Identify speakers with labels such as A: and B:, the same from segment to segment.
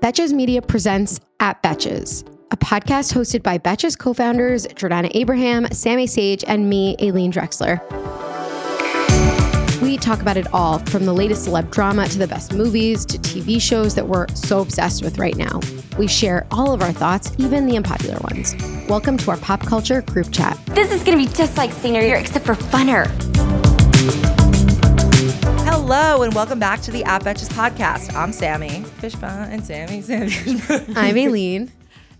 A: Betches Media presents At Betches, a podcast hosted by Betches co founders Jordana Abraham, Sammy Sage, and me, Aileen Drexler. We talk about it all from the latest celeb drama to the best movies to TV shows that we're so obsessed with right now. We share all of our thoughts, even the unpopular ones. Welcome to our pop culture group chat.
B: This is gonna be just like senior year, except for funner.
C: Hello and welcome back to the App Betches podcast. I'm Sammy Fishbone and Sammy Sammy. Fishbone.
A: I'm Aileen.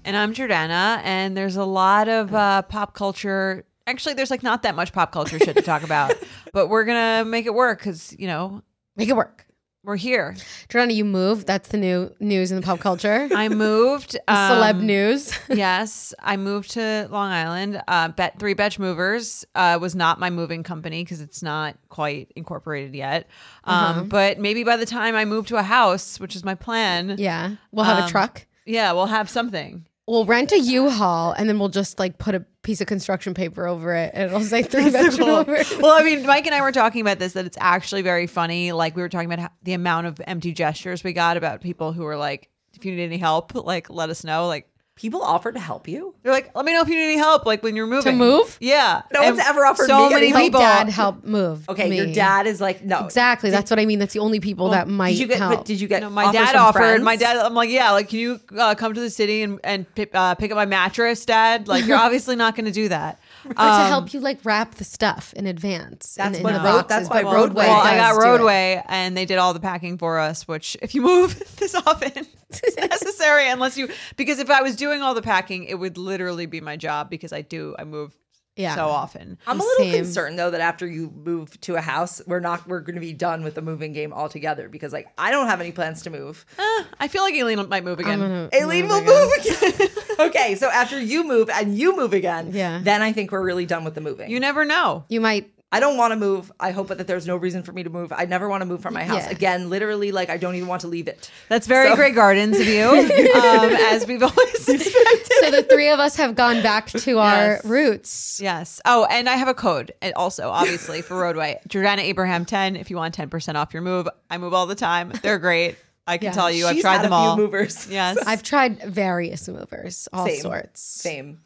D: And I'm Jordana, and there's a lot of uh, pop culture. Actually, there's like not that much pop culture shit to talk about, but we're gonna make it work because you know
A: Make it work.
D: we're here.
A: Jordana, you moved. That's the new news in the pop culture.
D: I moved.
A: Celeb
D: um,
A: news.
D: yes, I moved to Long Island. Uh, Bet Three Betch Movers uh, was not my moving company because it's not quite incorporated yet. Um,
A: Uh-huh.
D: But maybe by the time I move to a house, which is my plan, yeah,
A: Yeah. We'll have a
D: Um,
A: truck.
D: we'll have something.
A: We'll rent a U-Haul and then we'll just like put a piece of construction paper over it and it'll say three bedroom over. it.
D: well, I mean, Mike and I were talking about this that it's actually very funny. Like we were talking about how, the amount of empty gestures we got about people who were like, "If you need any help, like let us know." Like
C: People offered to help you.
D: they're like, "Let me know if you need any help." Like when you're moving
A: move?
D: Yeah,
C: No one's ever offered
D: so
C: me
D: many
C: any
A: My
D: people.
A: dad helped move.
C: Okay,
A: me.
C: your dad is like no.
A: Exactly. That's what I mean. That's the only people that might
C: Did you get?
A: help.
C: But did you get?
D: No, my
C: offers
D: dad
C: from
D: offered.
C: friends?
D: My dad, I'm like, yeah, like, can you uh, come to the city and and pick, uh, pick up my mattress, Dad? Like, you're obviously not going to do that.
A: or to
D: Um,
A: help you like wrap the stuff in advance.
C: That's
A: in,
C: what
A: in the
C: road-
A: boxes.
C: that's why
A: Well,
C: roadway
D: Well,
A: does
D: I got
A: do it.
D: roadway, and they did all the packing for us. Which, if you move this often, it's necessary unless you because if I was doing all the packing, it would literally be my job because I do I move
A: Yeah.
D: so often.
C: I'm a little
A: Same.
C: concerned though that after you move to a house, we're not we're going to be done with the moving game altogether because like I don't have any plans to move.
D: Eh, I feel like Aileen might move again.
A: gonna-
C: Aileen will move again. okay, so after you move and you move again,
A: Yeah.
C: then I think we're really done with the moving.
D: you never know.
A: You might
C: I don't want to move. I hope that there's no reason for me to move. I never want to move from my house
A: Yeah.
C: again. Literally, like I don't even want to leave it.
D: That's very
C: So-
D: Grey Gardens of you, um, as we've always suspected.
A: so the three of us have gone back to our
D: Yes.
A: roots.
D: Yes. Oh, and I have a code, and also obviously for roadway, Jordana Abraham ten. If you want ten percent off your move, I move all the time. They're great. I can
A: Yeah.
D: tell you, I've
C: She's
D: tried
C: had
D: them
C: a few
D: all.
C: movers.
D: Yes.
A: I've tried various movers, all
C: Same.
A: sorts.
C: Same.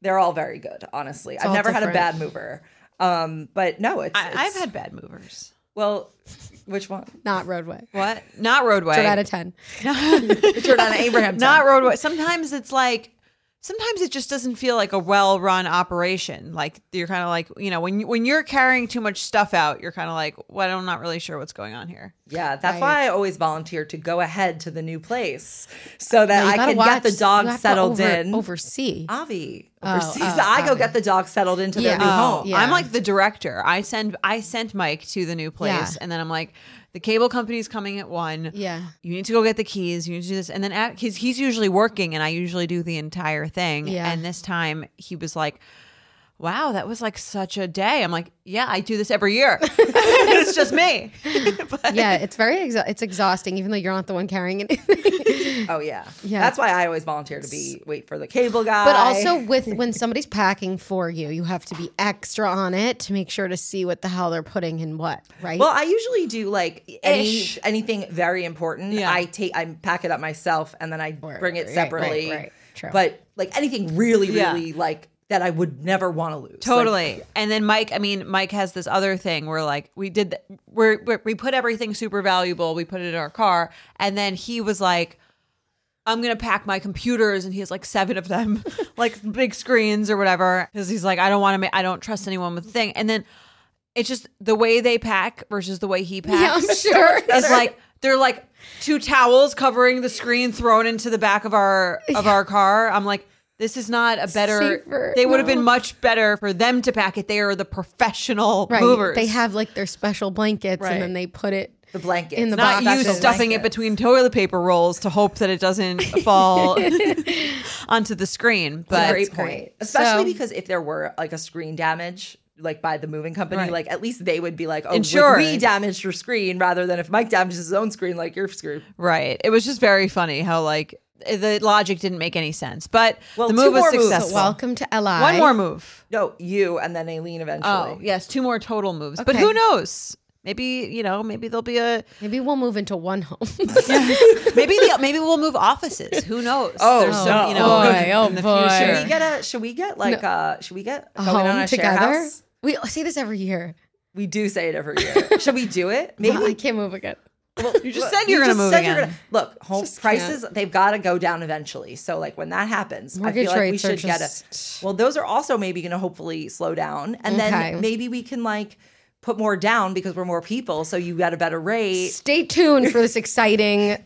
C: They're all very good, honestly. I've
A: all
C: never had a
A: different.
C: bad mover. Um, but no, it's,
D: I, I've
C: it's-
D: had bad movers.
C: well, which one?
A: Not roadway.
D: What? Not roadway.
A: Two out of ten.
C: Jordana Abraham.
D: Not roadway. Sometimes it's like, sometimes it just doesn't feel like a well-run operation. Like you're kind of like, you know, when you, when you're carrying too much stuff out, you're kind of like, well, I'm not really sure what's going on here.
C: Yeah, that's
A: Right.
C: why I always volunteer to go ahead to the new place so that
A: You
C: I
A: gotta
C: can
A: watch-
C: get the dog
A: you have to
C: settled
A: over-
C: in.
A: Oversee.
C: Avi.
A: Oh,
C: overseas.
A: oh,
C: I go
A: Avi.
C: get the dog settled into
A: Yeah.
C: their new
A: Oh,
C: home.
A: yeah.
D: I'm like the director. I send I sent Mike to the new place,
A: Yeah.
D: and then I'm like, the cable company's coming at one.
A: Yeah.
D: you need to go get the keys. You need to do this, and then at, he's he's usually working, and I usually do the entire thing.
A: Yeah.
D: And this time he was like. Wow, that was like such a day. I'm like, yeah, I do this every year. it's just me. But-
A: yeah, it's very exa- it's exhausting, even though you're not the one carrying it.
C: Oh yeah.
A: Yeah.
C: That's why I always volunteer to be wait for the cable guy.
A: but also with when somebody's packing for you, you have to be extra on it to make sure to see what the hell they're putting in what, right?
C: Well, I usually do like any,
D: Ish.
C: anything very important.
D: Yeah.
C: I take I pack it up myself and then I bring
A: right,
C: it
A: right,
C: separately.
A: right, right. True.
C: But like anything really,
D: Yeah.
C: really like that I would never want to lose. Like,
D: Totally. and then Mike, I mean, Mike has this other thing where like we did, th- we're, we're, we put everything super valuable. We put it in our car. And then he was like, I'm going to pack my computers. And he has like seven of them, like big screens or whatever. Cause he's like, I don't want to make, I don't trust anyone with the thing. And then it's just the way they pack versus the way he packs
A: yeah, I'm sure.
D: is like they're like two towels covering the screen thrown into the back of our of our car. I'm like, this is not a better.
A: Safer,
D: they would have
A: no.
D: been much better for them to pack it. They are the professional
A: right.
D: movers.
A: They have like their special blankets and
D: Right.
A: then they put it
C: the blanket.
A: In the
D: not
A: box.
D: you
A: Special
D: stuffing it between toilet paper rolls to hope that it doesn't fall onto the screen. But
C: Great
A: That's
C: point.
A: great.
C: Especially
A: So-
C: because if there were like a screen damage, like by the moving company,
D: Right.
C: like at least they would be like, "Oh,
D: Insured.
C: like, we damaged your screen," rather than if Mike damages his own screen, like you're screwed.
D: right, it was just very funny how like the logic didn't make any sense. But
C: Well,
D: the
C: two
D: move was
C: more moves.
D: successful.
A: So welcome to LI.
D: One more move.
C: No, you and then Aileen eventually.
D: Oh yes, two more total moves. But
A: Okay.
D: who knows? Maybe you know, maybe there'll be a
A: Maybe we'll move into one home.
D: maybe the, maybe we'll move offices. Who knows?
C: Oh,
D: some,
C: no.
D: you know,
A: Boy, oh,
D: in the
A: boy.
C: Should
D: future.
C: we get a? Should we get like uh? Should we get
A: a
C: going
A: home
C: on a share
A: together.
C: house?
A: We say this every year.
C: We do say it every year. should we do it? Maybe
A: I can't move again.
D: You just said you're
C: You
D: going to
C: just
D: move
C: said you're
D: again.
C: gonna- look, home prices they've got to go down eventually. So like when that happens, I
A: Mortgage
C: feel like we
A: rates are
C: should get
A: just-
C: a. Well, those are also maybe going to hopefully slow down, and
A: Okay.
C: then maybe we can like put more down because we're more people. So you got a better rate.
A: Stay tuned for this exciting uh,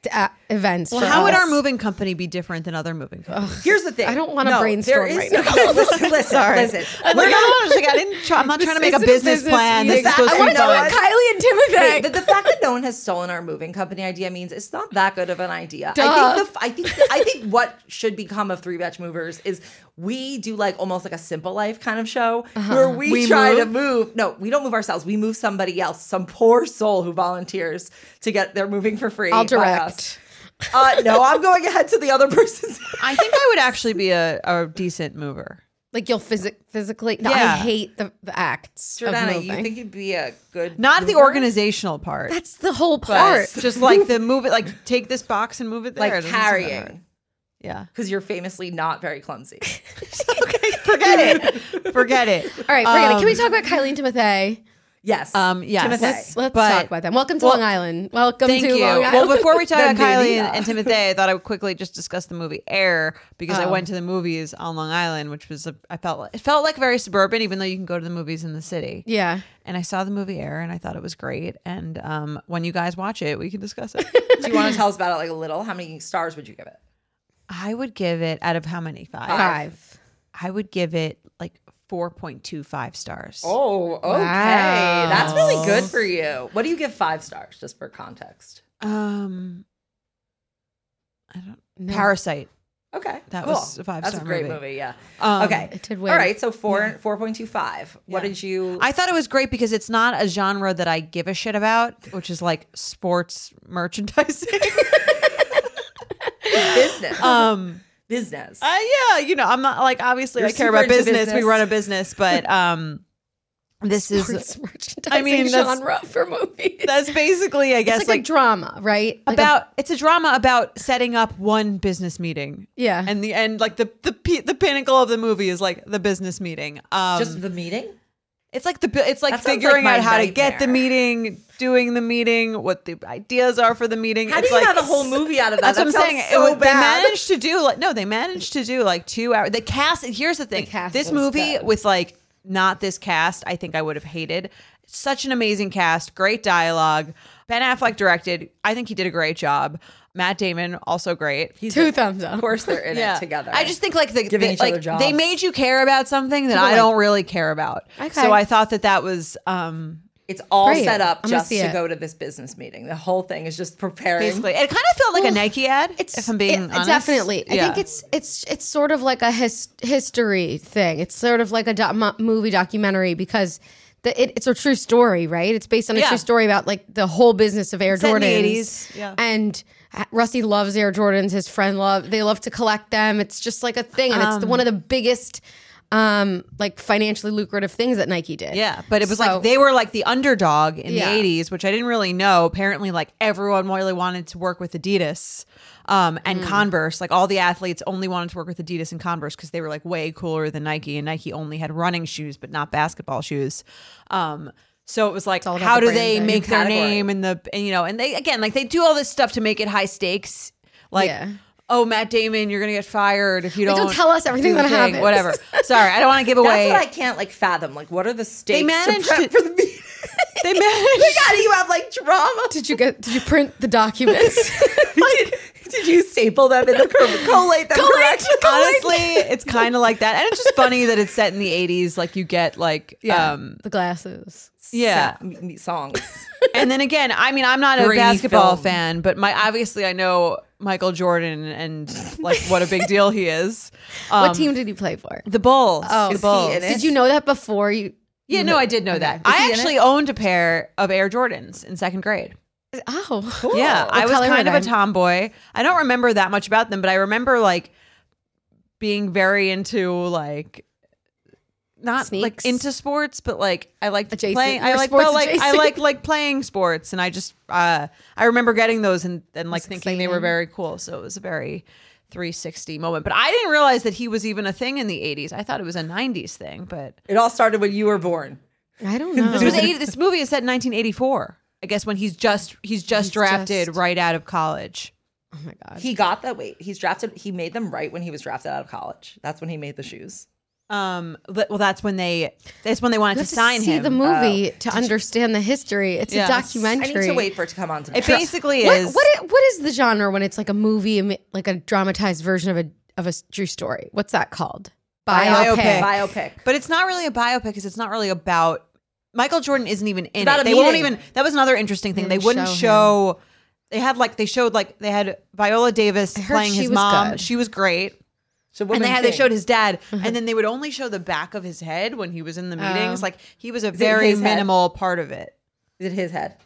A: d- uh, events.
D: Well,
A: for
D: how would
A: us.
D: our moving company be different than other moving companies?
C: Here's the thing.
A: I don't wanna
C: No,
A: brainstorm
C: there is-
A: right now.
C: No, listen, listen,
A: Sorry.
C: listen.
D: I'm, like, I'm, just like, I didn't try, I'm not trying to make a
A: isn't a
D: business,
A: business
D: plan. This
A: meeting.
D: is supposed
C: I
D: to
C: wanna
D: be
C: know what
D: fun.
A: Kylie and Timothy.
C: Wait, but the fact that no one has stolen our moving company idea means it's not that good of an idea. I think the, I think I think what should become of Three Batch Movers is we do like almost like a simple life kind of show where we,
D: Uh-huh. We
C: try to
D: move?
C: move. No, we don't move ourselves. We move somebody else, some poor soul who volunteers to get their moving for free.
A: I'll
C: by
A: direct.
C: us. Uh, no, I'm going ahead to the other person's.
D: I think I would actually be a, a decent mover.
A: Like you'll physic physically. No, I
D: Yeah.
A: hate the, the acts. of
C: Jordana, you
A: moving.
C: think you'd be a good
D: Not the
C: mover?
D: organizational part.
A: that's the whole part?
D: Just like the move it, like take this box and move it there.
C: like
D: It doesn't sound that hard.
C: carrying
D: Yeah.
C: because you're famously not very clumsy.
D: Forget it. Forget it.
A: All right, forget it. Can we talk about Kylie and Timothy?
C: Yes.
D: Um, yes.
C: Timothy.
A: Let's, let's
D: But-
A: talk about them. Welcome to Long Island. Welcome
D: Thank
A: to
D: you.
A: Long Island.
D: Well, before we talk
C: The
D: about Kylie
C: media.
D: and, and Timothy, I thought I would quickly just discuss the movie Air because I went to the movies on Long Island, which was a, I felt it felt like very suburban, even though you can go to the movies in the city.
A: yeah.
D: And I saw the movie Air, and I thought it was great. And um, when you guys watch it, we can discuss it.
C: Do you want to tell us about it like a little? How many stars would you give it?
D: I would give it out of how many five?
A: Five.
D: I would give it like four point two five stars.
C: Oh, okay. That's really good for you. What do you give five stars just for context?
D: Um, I don't.
A: No.
D: Parasite.
C: Okay.
D: That
C: cool.
D: was a five-star
C: That's a great
D: movie.
C: movie, yeah.
D: Um,
C: okay.
A: it did
C: All
A: win.
C: right, so four four point two five. What
D: Yeah.
C: did you
D: I thought it was great because it's not a genre that I give a shit about, which is like sports merchandising.
C: business?
D: um,
C: business.
D: uh, yeah, you know, I'm not like obviously
C: You're
D: I care
C: super
D: about
C: into
D: business. We
C: business.
D: run a business, but um, this
A: Sports
D: is
A: merchandising
D: I mean, that's-
A: genre for movies.
D: that's basically I guess
A: it's like,
D: like,
A: a drama, right? Like a-
D: about it's a drama about setting up one business meeting.
A: Yeah.
D: and the end like the the pe- the pinnacle of the movie is like the business meeting. Um,
C: just the meeting?
D: It's like the bu- it's like
C: That sounds
D: figuring
C: like
D: out
C: my
D: how to get the
C: nightmare.
D: meeting, doing the meeting, what the ideas are for the meeting.
C: How do
D: it's
C: you
D: like,
C: have a whole movie out of that?
D: That's what I'm
C: That
D: saying.
C: sounds
D: It was-
C: so
D: they
C: bad.
D: managed to do like no, they managed to do like two hours. The cast. Here's the thing.
A: cast
D: this
A: was
D: movie
A: good.
D: with like not this cast, I think I would have hated. Such an amazing cast, great dialogue. Ben Affleck directed. I think he did a great job. Matt Damon also great.
C: He's
A: two
C: in-
A: thumbs up.
C: Of course they're in it together.
D: I just think like the,
C: Giving
D: the-
C: each
D: like
C: other jobs.
D: they made you care about something that I don't really care about.
A: Okay.
D: So I thought that that was um
C: it's all
A: Great.
C: set up
A: I'm gonna
C: just
A: see
C: to
A: it.
C: go to this business meeting. The whole thing is just preparing.
D: basically it kind of felt like a Nike ad. if I'm being
A: it-
D: honest.
A: definitely. I
D: Yeah.
A: think it's it's it's sort of like a his, history thing. It's sort of like a doc, mo- movie documentary because the, it, it's a true story, right? It's based on a
D: Yeah.
A: true story about like the whole business of Air
D: Set in the
A: Jordans.
D: 80s, yeah.
A: And uh, Rusty loves Air Jordans. His friend love they love to collect them. It's just like a thing, and it's the, one of the biggest. Um, like financially lucrative things that Nike did.
D: Yeah, but it was
A: So-
D: like they were like the underdog in
A: Yeah.
D: the 80s, which I didn't really know. Apparently, like everyone really wanted to work with Adidas um, and
A: Mm.
D: Converse. Like all the athletes only wanted to work with Adidas and Converse because they were like way cooler than Nike, and Nike only had running shoes, but not basketball shoes. Um, so it was like,
A: all about
D: how
A: the
D: do they
A: branding.
D: make their
C: Category.
D: name and the, and, you know, and they, again, like they do all this stuff to make it high stakes. Like,
A: Yeah.
D: oh, Matt Damon, you're going to get fired if you
A: Like,
D: don't,
A: don't tell us everything
D: do the
A: that
D: thing,
A: happens.
D: Whatever. Sorry, I don't want to give
C: That's
D: away.
C: what I can't like fathom. Like, what are the stakes?
D: managed
C: to prep
D: to-
C: for the meeting.
D: they managed.
C: Like, how do you have like drama?
A: Did you get? Did you print the documents?
C: Did, did you staple them in the curve? Collate them correct?
D: Honestly, it's kind of like that, and it's just funny that it's set in the '80s. Like you get like, yeah. um,
A: the glasses.
D: yeah.
C: Sa- m- songs.
D: And then again, I mean, I'm not a
C: Grainy
D: basketball
C: film.
D: fan, but my obviously I know Michael Jordan and like what a big deal he is. Um,
A: what team did you play for?
D: The Bulls.
A: Oh.
D: the
A: Is he
D: Bulls.
C: in it?
A: Did you know that before you?
D: Yeah, no, I did know that. I
C: he in
D: actually owned a pair of Air Jordans in second grade.
A: Oh,
D: Yeah, I was
A: color were
D: kind of
A: they?
D: a tomboy. I don't remember that much about them, but I remember like being very into like not
A: Sneaks?
D: like into sports, but like I like
A: Adjacent.
D: playing. I
A: You're
D: like,
A: sports
D: well, like I
A: adjacent.
D: like like playing sports, and I just uh, I remember getting those and and like thinking they were
A: exciting.
D: very cool. So it was a very 360 moment. But I didn't realize that he was even a thing in the 80s. I thought it was a 90s thing. But
C: It all started when you were born.
A: I don't know.
D: this, was 80, this movie is set in 1984. I guess when he's just he's just drafted
A: just-
D: right out of college.
A: oh my god.
C: He got that weight. He's drafted. He made them right when he was drafted out of college. That's when he made the shoes.
D: Um, but, well, that's when they that's when they wanted
A: You
D: to
A: have to
D: sign
A: see
D: him.
A: the movie to understand the history. It's
D: Yes.
A: a
D: I need to
C: I
A: documentary.
C: need to wait for it to come on to me.
D: it basically
A: What,
D: is.
A: what i- what is the genre when it's like a movie, am- like a dramatized version of a of a s- true story? What's that called?
D: Biopic.
C: Biopic.
D: But it's not really a biopic because it's not really about Michael Jordan isn't even in
C: about
D: it.
C: a
D: They won't
C: meeting.
D: even. That was another interesting thing. They,
A: didn't
D: wouldn't
A: show
D: show.
A: him.
D: they had like they showed like they had Viola Davis
A: heard
D: playing
A: she
D: his
A: was
D: mom.
A: good.
D: She was great.
C: So
D: And
C: women
D: they had they
C: think.
D: showed his dad, and then they would only show the back of his head when he was in the meetings. Like he was a
C: it
D: very
C: his head?
D: minimal part of it.
C: Is it his head?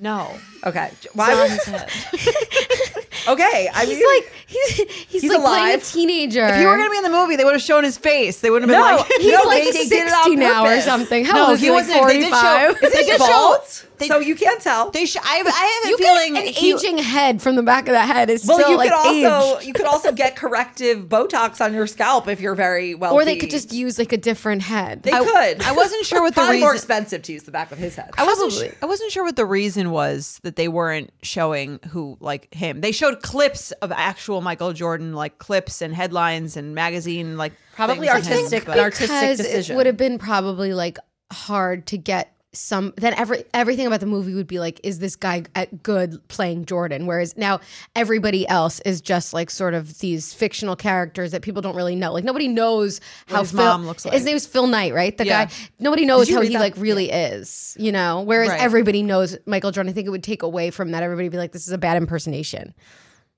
D: No,
C: Okay. Why?
D: It's not
C: Was,
D: his head.
C: okay. I
A: He's
C: mean,
A: like he's he's,
C: He's
A: like playing a
C: alive.
A: teenager.
D: if you were gonna be in the movie, they would have shown his face. They would have been
C: No,
D: like,
A: he's
C: No,
A: like
C: they- they did it on
A: sixty now or
C: purpose.
A: something. How
D: No,
A: old is
D: he
A: he? Like
D: wasn't. They
A: forty
D: did show-
A: five.
D: Is
C: Is
D: they
C: he
D: did show-
C: bald?
D: they-
C: so you can't tell.
D: They sh- I, I have a
A: You
D: feeling
A: get an
D: he-
A: aging head from the back of the head is
C: well,
A: still
C: you
A: like
C: could also
A: aged.
C: you could also get corrective Botox on your scalp if you're very well.
A: Or they could just use like a different head.
C: They
A: I-
C: could.
D: I wasn't sure what the
C: Probably more
D: reason-
C: expensive to use the back of his head.
D: I wasn't.
A: Probably.
D: Sh- I wasn't sure what the reason was that they weren't showing who like him. They showed clips of actual Michael Jordan, like clips and headlines and magazine, like
C: Probably
D: things of him,
C: artistic,
D: but-
C: an artistic
A: because
C: decision.
A: It would have been probably like hard to get some then every everything about the movie would be like is this guy at good playing jordan whereas now everybody else is just like sort of these fictional characters that people don't really know like nobody knows how
D: his
A: Phil-
D: mom looks like.
A: his name is phil knight right the
D: Yeah.
A: guy nobody knows
C: you
A: how
C: read
A: he
C: that?
A: like really is you know whereas
D: Right.
A: everybody knows michael jordan i think it would take away from that everybody would be like this is a bad impersonation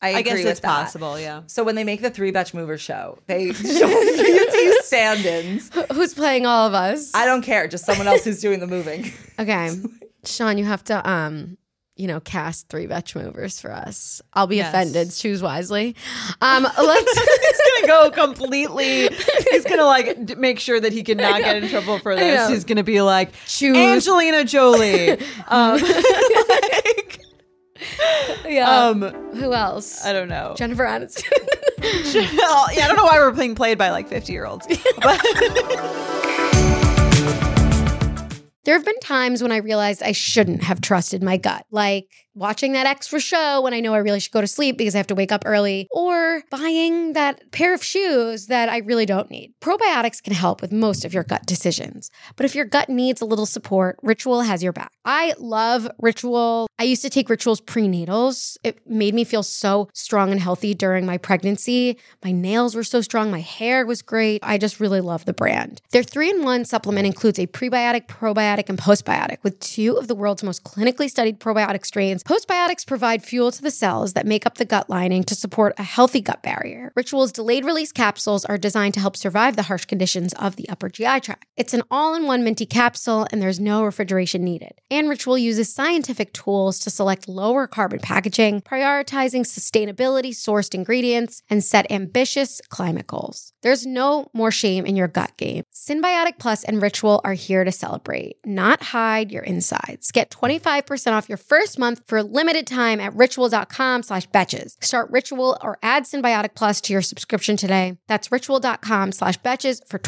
D: I guess
C: agree with
D: it's
C: that.
D: possible. Yeah.
C: So when they make the three batch mover show, they show you to use stand-ins.
A: who's playing all of us
C: I don't care, just someone else who's doing the moving.
A: Okay. Sean, you have to um, you know, cast three vetch movers for us. I'll be
D: Yes.
A: offended. Choose wisely. Um let's
D: He's gonna go completely. He's gonna like d- make sure that he can not get in trouble for
A: know.
D: this. He's gonna be like
A: Choose-
D: Angelina Jolie. um, like,
A: yeah.
D: um,
A: who else?
D: I don't know.
A: Jennifer Aniston.
D: yeah, I don't know why we're being played by like fifty year olds.
A: there have been times when I realized I shouldn't have trusted my gut, like watching that extra show when I know I really should go to sleep because I have to wake up early, or buying that pair of shoes that I really don't need. Probiotics can help with most of your gut decisions, but if your gut needs a little support, Ritual has your back. I love Ritual. I used to take Ritual's prenatals. It made me feel so strong and healthy during my pregnancy. My nails were so strong, my hair was great. I just really love the brand. Their three in one supplement includes a prebiotic, probiotic, and postbiotic with two of the world's most clinically studied probiotic strains. Postbiotics provide fuel to the cells that make up the gut lining to support a healthy gut barrier. Ritual's delayed release capsules are designed to help survive the harsh conditions of the upper GI tract. It's an all in one minty capsule, and there's no refrigeration needed. And Ritual uses scientific tools to select lower carbon packaging, prioritizing sustainability sourced ingredients, and set ambitious climate goals. There's no more shame in your gut game. Symbiotic Plus and Ritual are here to celebrate, not hide your insides. Get 25% off your first month for a limited time at ritual.com slash betches. Start Ritual or add Symbiotic Plus to your subscription today. That's ritual.com slash betches for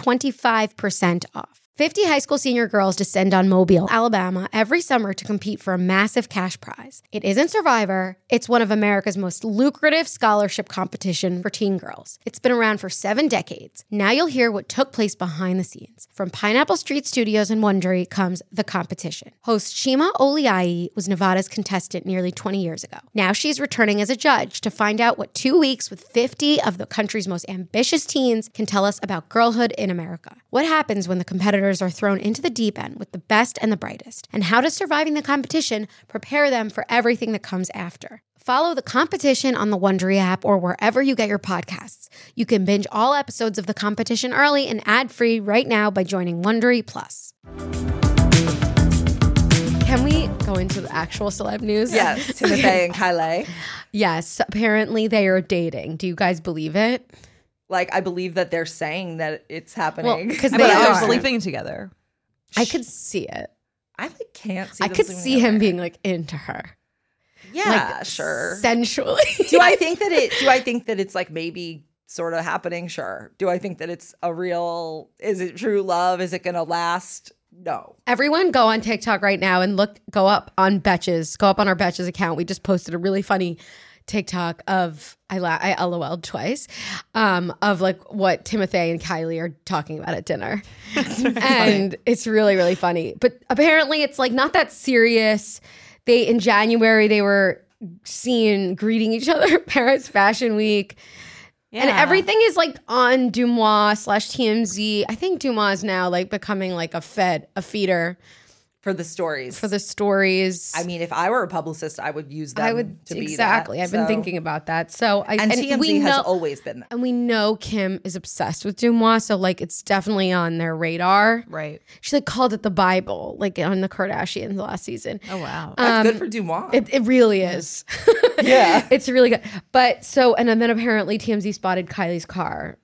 A: 25% off. 50 high school senior girls descend on Mobile, Alabama every summer to compete for a massive cash prize. It isn't Survivor, it's one of America's most lucrative scholarship competition for teen girls. It's been around for 7 decades. Now you'll hear what took place behind the scenes. From Pineapple Street Studios and Wondery comes The Competition. Host Shima Oliai was Nevada's contestant nearly 20 years ago. Now she's returning as a judge to find out what 2 weeks with 50 of the country's most ambitious teens can tell us about girlhood in America. What happens when the competitors are thrown into the deep end with the best and the brightest? And how does surviving the competition prepare them for everything that comes after? Follow the competition on the Wondery app or wherever you get your podcasts. You can binge all episodes of the competition early and ad-free right now by joining Wondery Plus. Can we go into the actual celeb news?
C: Yes, Timothy and Kylie.
A: Yes. Apparently they are dating. Do you guys believe it?
C: Like I believe that they're saying that it's happening.
A: 'cause
D: I
A: They
D: mean, they're
A: are.
D: sleeping together.
A: I could see it.
C: I like can't see.
A: I
C: them
A: could
C: sleeping
A: see him
C: together.
A: being like into her.
C: Yeah,
A: like,
C: sure.
A: Sensually.
C: do I think that it? Do I think that it's like maybe sort of happening? Sure. Do I think that it's a real? Is it true love? Is it gonna last? No.
A: Everyone go on TikTok right now and look, go up on Betches, go up on our Betches account. We just posted a really funny TikTok of, I, la- I LOL'd twice, um, of like what Timothy and Kylie are talking about at dinner. and it's really, really funny. But apparently it's like not that serious. They, in January, they were seen greeting each other at Paris Fashion Week. And everything is like on Dumois slash TMZ. I think Dumois is now like becoming like a fed, a feeder
C: For the stories.
A: for the stories.
C: I mean, if I were a publicist, I would use them.
A: I would
C: to be that,
A: exactly. I've been
C: so-
A: thinking about that. So I
C: And, TMZ
A: we
C: has
A: know,
C: always been that.
A: and we know Kim is obsessed with Dumois, so like it's definitely on their radar.
D: Right.
A: She like called it the Bible, like on the Kardashians last season.
D: Oh wow.
C: That's good for Dumois.
A: um, It, it really is.
C: Yeah.
A: it's really good. But so and then apparently TMZ spotted Kylie's car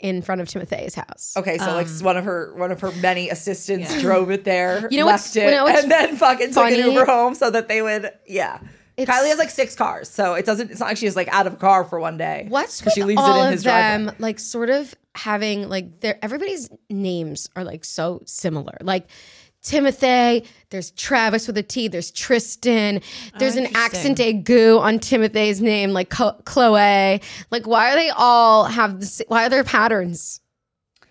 A: in front of Timothy's house.
C: Okay, so like one of her one of her many assistants drove it there,
A: um, You know what's-
C: left it,
A: you know what's
C: and then fucking took
A: funny?
C: an Uber home so that they would. Yeah,
A: It's-
C: Kylie has like six cars, so it doesn't. It's not like she's like out of a car for one day.
A: What's
C: 'Cause
A: with all of
C: driveway.
A: them like sort of having like their everybody's names are like so similar. Like Timothy, there's Travis with a T, there's Tristan,
C: Oh,
A: there's an accent a goo on Timothy's name, like Co- Chloe. Like why are they all have the s- why are there patterns?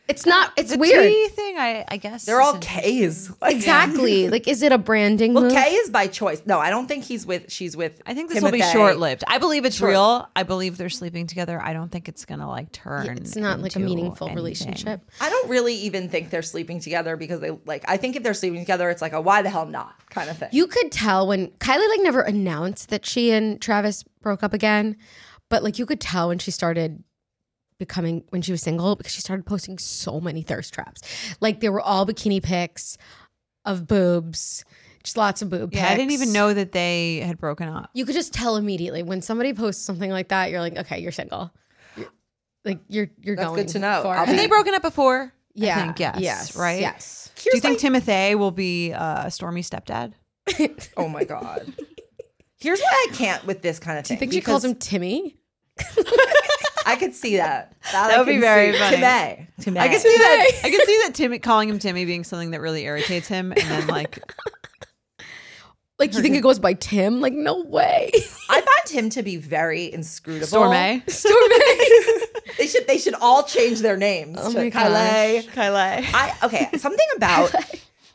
A: It's not. It's
D: the
A: weird.
D: tea thing, I, I guess.
C: They're all
D: is-
C: K's.
A: Exactly. Like is it a branding
C: Well,
A: move?
C: K is by choice. No, I don't think he's with. She's with.
D: I think this will
C: Timothy.
D: be short lived. I believe it's real. I believe they're sleeping together. I don't think it's gonna like turn.
A: It's not like a
D: into
A: meaningful
D: anything.
A: relationship.
C: I don't really even think they're sleeping together because they like. I think if they're sleeping together, it's like a why the hell not kind of thing.
A: You could tell when Kylie like never announced that she and Travis broke up again, but like you could tell when she started becoming when she was single because she started posting so many thirst traps. Like they were all bikini pics of boobs, just lots of boob
D: Yeah,
A: pics.
D: I didn't even know that they had broken up.
A: You could just tell immediately when somebody posts something like that. You're like, okay, you're single. You're- like you're you're
C: That's
A: going
C: good to know.
A: for
C: I'll
A: it.
C: be-
D: Have they broken up before?
A: yeah.
D: I think yes.
A: Yes.
D: Right.
A: Yes.
D: Do you think Timothy will be uh, a stormy stepdad?
C: oh my god. Here's why I can't with this kind of
A: Do
C: thing.
A: you think she calls
C: because-
A: him Timmy?
C: I could see that. That,
D: would be very funny.
C: Today. Today.
D: I can see that. I can see that Timmy calling him Timmy being something that really irritates him, and then like
A: Like you think it goes by Tim? Like no way.
C: I find him to be very inscrutable.
D: Stormy.
C: They should they should all change their names
A: Oh
C: to
A: my gosh.
C: Kylie.
D: Kylie.
C: I okay, something about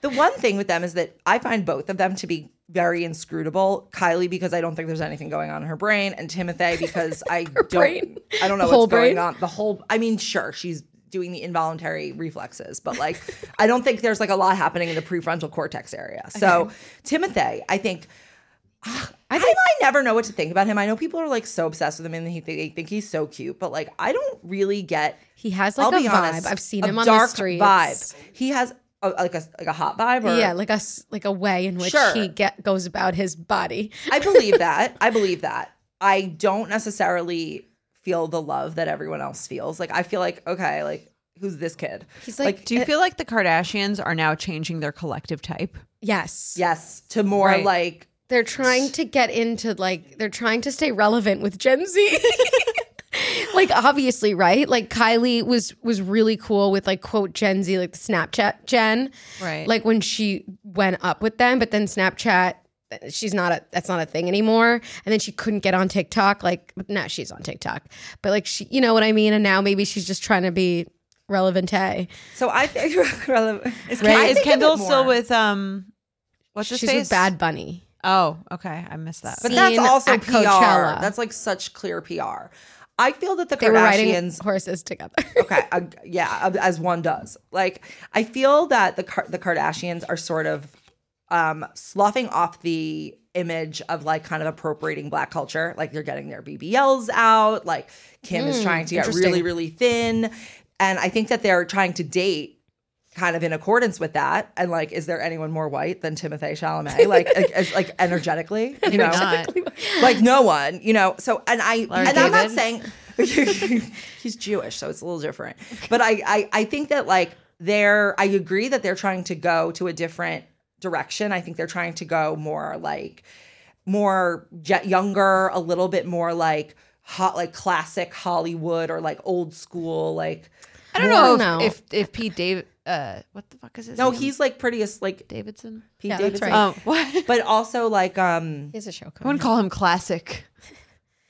C: the one thing with them is that I find both of them to be very inscrutable. Kylie because I don't think there's anything going on in her brain, and Timothy because I don't
A: brain.
C: I don't know
A: The whole
C: what's going
A: brain.
C: on. The whole I mean, sure, she's doing the involuntary reflexes, but like I don't think there's like a lot happening in the prefrontal cortex area. So Timothy, I think I, I never know what to think about him. I know people are like so obsessed with him and he, they think he's so cute, but like I don't really get.
A: He has, like,
C: I'll be
A: a vibe.
C: honest,
A: I've seen
C: a
A: him on the
C: dark
A: streets.
C: Vibe. He has a, like a like a hot vibe. Or,
A: yeah, like a s- like a way in which
C: Sure.
A: he get goes about his body.
C: I believe that. I believe that. I don't necessarily feel the love that everyone else feels. Like I feel like okay, like who's this kid?
A: He's like,
D: Do you feel like the Kardashians are now changing their collective type?
A: yes,
C: yes to more
D: Right.
C: like
A: they're trying to get into like they're trying to stay relevant with Gen Z. like obviously, right? Like Kylie was was really cool with like quote Gen Z, like the Snapchat Gen,
D: Right.
A: Like when she went up with them, but then Snapchat. She's not a that's not a thing anymore. And then she couldn't get on TikTok. Like now she's on TikTok. But like she you know what I mean? And now maybe she's just trying to be relevant. Hey.
C: so I think relevant. Is,
D: Right? Is Kendall still with um? What's his
A: She's
D: face?
A: with Bad Bunny.
D: Oh, okay. I missed that.
C: But that's
A: seen
C: also
A: at
C: PR.
A: Coachella.
C: That's like such clear PR. I feel that the
A: They were riding
C: Kardashians
A: horses together.
C: okay, uh, yeah, uh, as one does. Like I feel that the Kar- the Kardashians are sort of um sloughing off the image of like kind of appropriating black culture. Like they're getting their BBLs out. Like Kim is trying to get really really thin, and I think that they're trying to date kind of in accordance with that. And like, is there anyone more white than Timothy Chalamet? Like, as, like energetically, you know,
D: not.
C: like no one, you know. So, and I, and I'm not
D: David.
C: saying he's Jewish, so it's a little different. But I, I, I think that like they're, I agree that they're trying to go to a different direction. I think they're trying to go more like, more jet younger, a little bit more like hot, like classic Hollywood or like old school, like.
D: I don't
A: I
D: know
A: don't know.
D: if, if if Pete Dave uh what the fuck is his
C: No,
D: name?
C: he's like prettiest, like
D: Davidson.
C: Pete
A: Yeah, that's
C: Davidson.
A: right.
D: Oh, what?
C: But also like um
A: He has a show
D: I
A: coming.
D: wouldn't call him classic.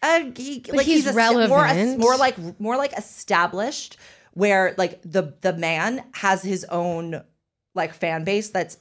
C: Uh, he, like
A: he's
C: he's, a, relevant. More, es-
A: relevant.
C: more like more like established, where like the the man has his own like fan base that's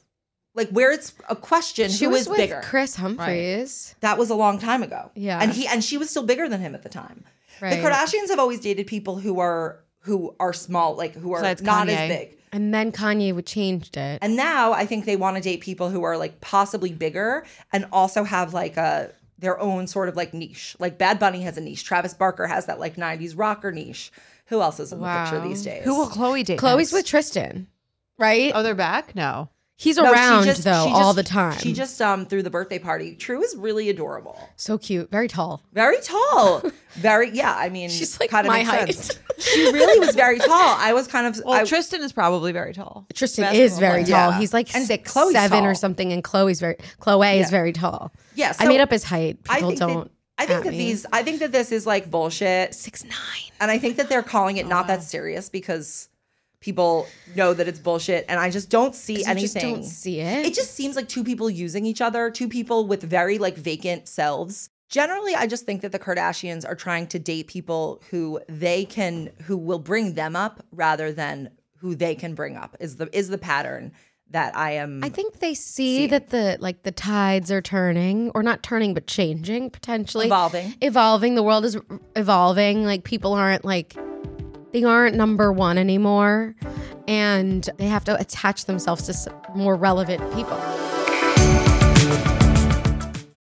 C: like where it's a question
A: She
C: who
A: was
C: is
A: with
C: bigger.
A: Chris Humphries.
C: that was a long time ago.
A: Yeah.
C: and he and she was still bigger than him at the time.
A: Right.
C: The Kardashians have always dated people who are who are small, like who are
D: Besides
C: not
D: Kanye.
C: as big.
A: And then Kanye would changed it.
C: And now I think they want to date people who are like possibly bigger and also have like a their own sort of like niche. Like Bad Bunny has a niche. Travis Barker has that like 90s rocker niche. Who else is in the
A: Wow.
C: picture these days?
D: Who will Chloe date?
A: Chloe's with
D: next?
A: Tristan, right?
D: Oh, they're back? No.
A: He's
C: No, she
A: around
C: just-
A: though
C: she just-
A: all the time.
C: She just um threw the birthday party. True is really adorable.
A: so cute, very tall.
C: Very tall. Very yeah, I mean
A: She's like
C: Mm. kinda
A: my
C: makes
A: height.
C: sense. She really was very tall. I was kind of
D: Well,
C: I,
D: Tristan is probably very tall.
A: Tristan
D: Basketball
A: is very
D: player.
A: tall.
D: Yeah.
A: He's like
C: And
A: six,
C: Chloe's
A: seven or
C: tall.
A: something, and Chloe's very Chloe is very tall.
C: Yeah,
A: I
C: so
A: made up his height. People
C: think
A: don't.
C: that, I think
A: at
C: that
A: me.
C: these I think that this is like bullshit.
A: six nine.
C: And I think that they're calling it not that serious because people know that it's bullshit. And I just don't see
A: You just
C: anything.
A: don't see it.
C: It just seems like two people using each other, two people with very like vacant selves. Generally, I just think that the Kardashians are trying to date people who they can who will bring them up rather than who they can bring up is the is the pattern that I am
A: I think they see that the like the tides are turning, or not turning, but changing potentially
C: evolving.
A: Evolving. The world is evolving. Like people aren't like they aren't number one anymore, and they have to attach themselves to s- more relevant people.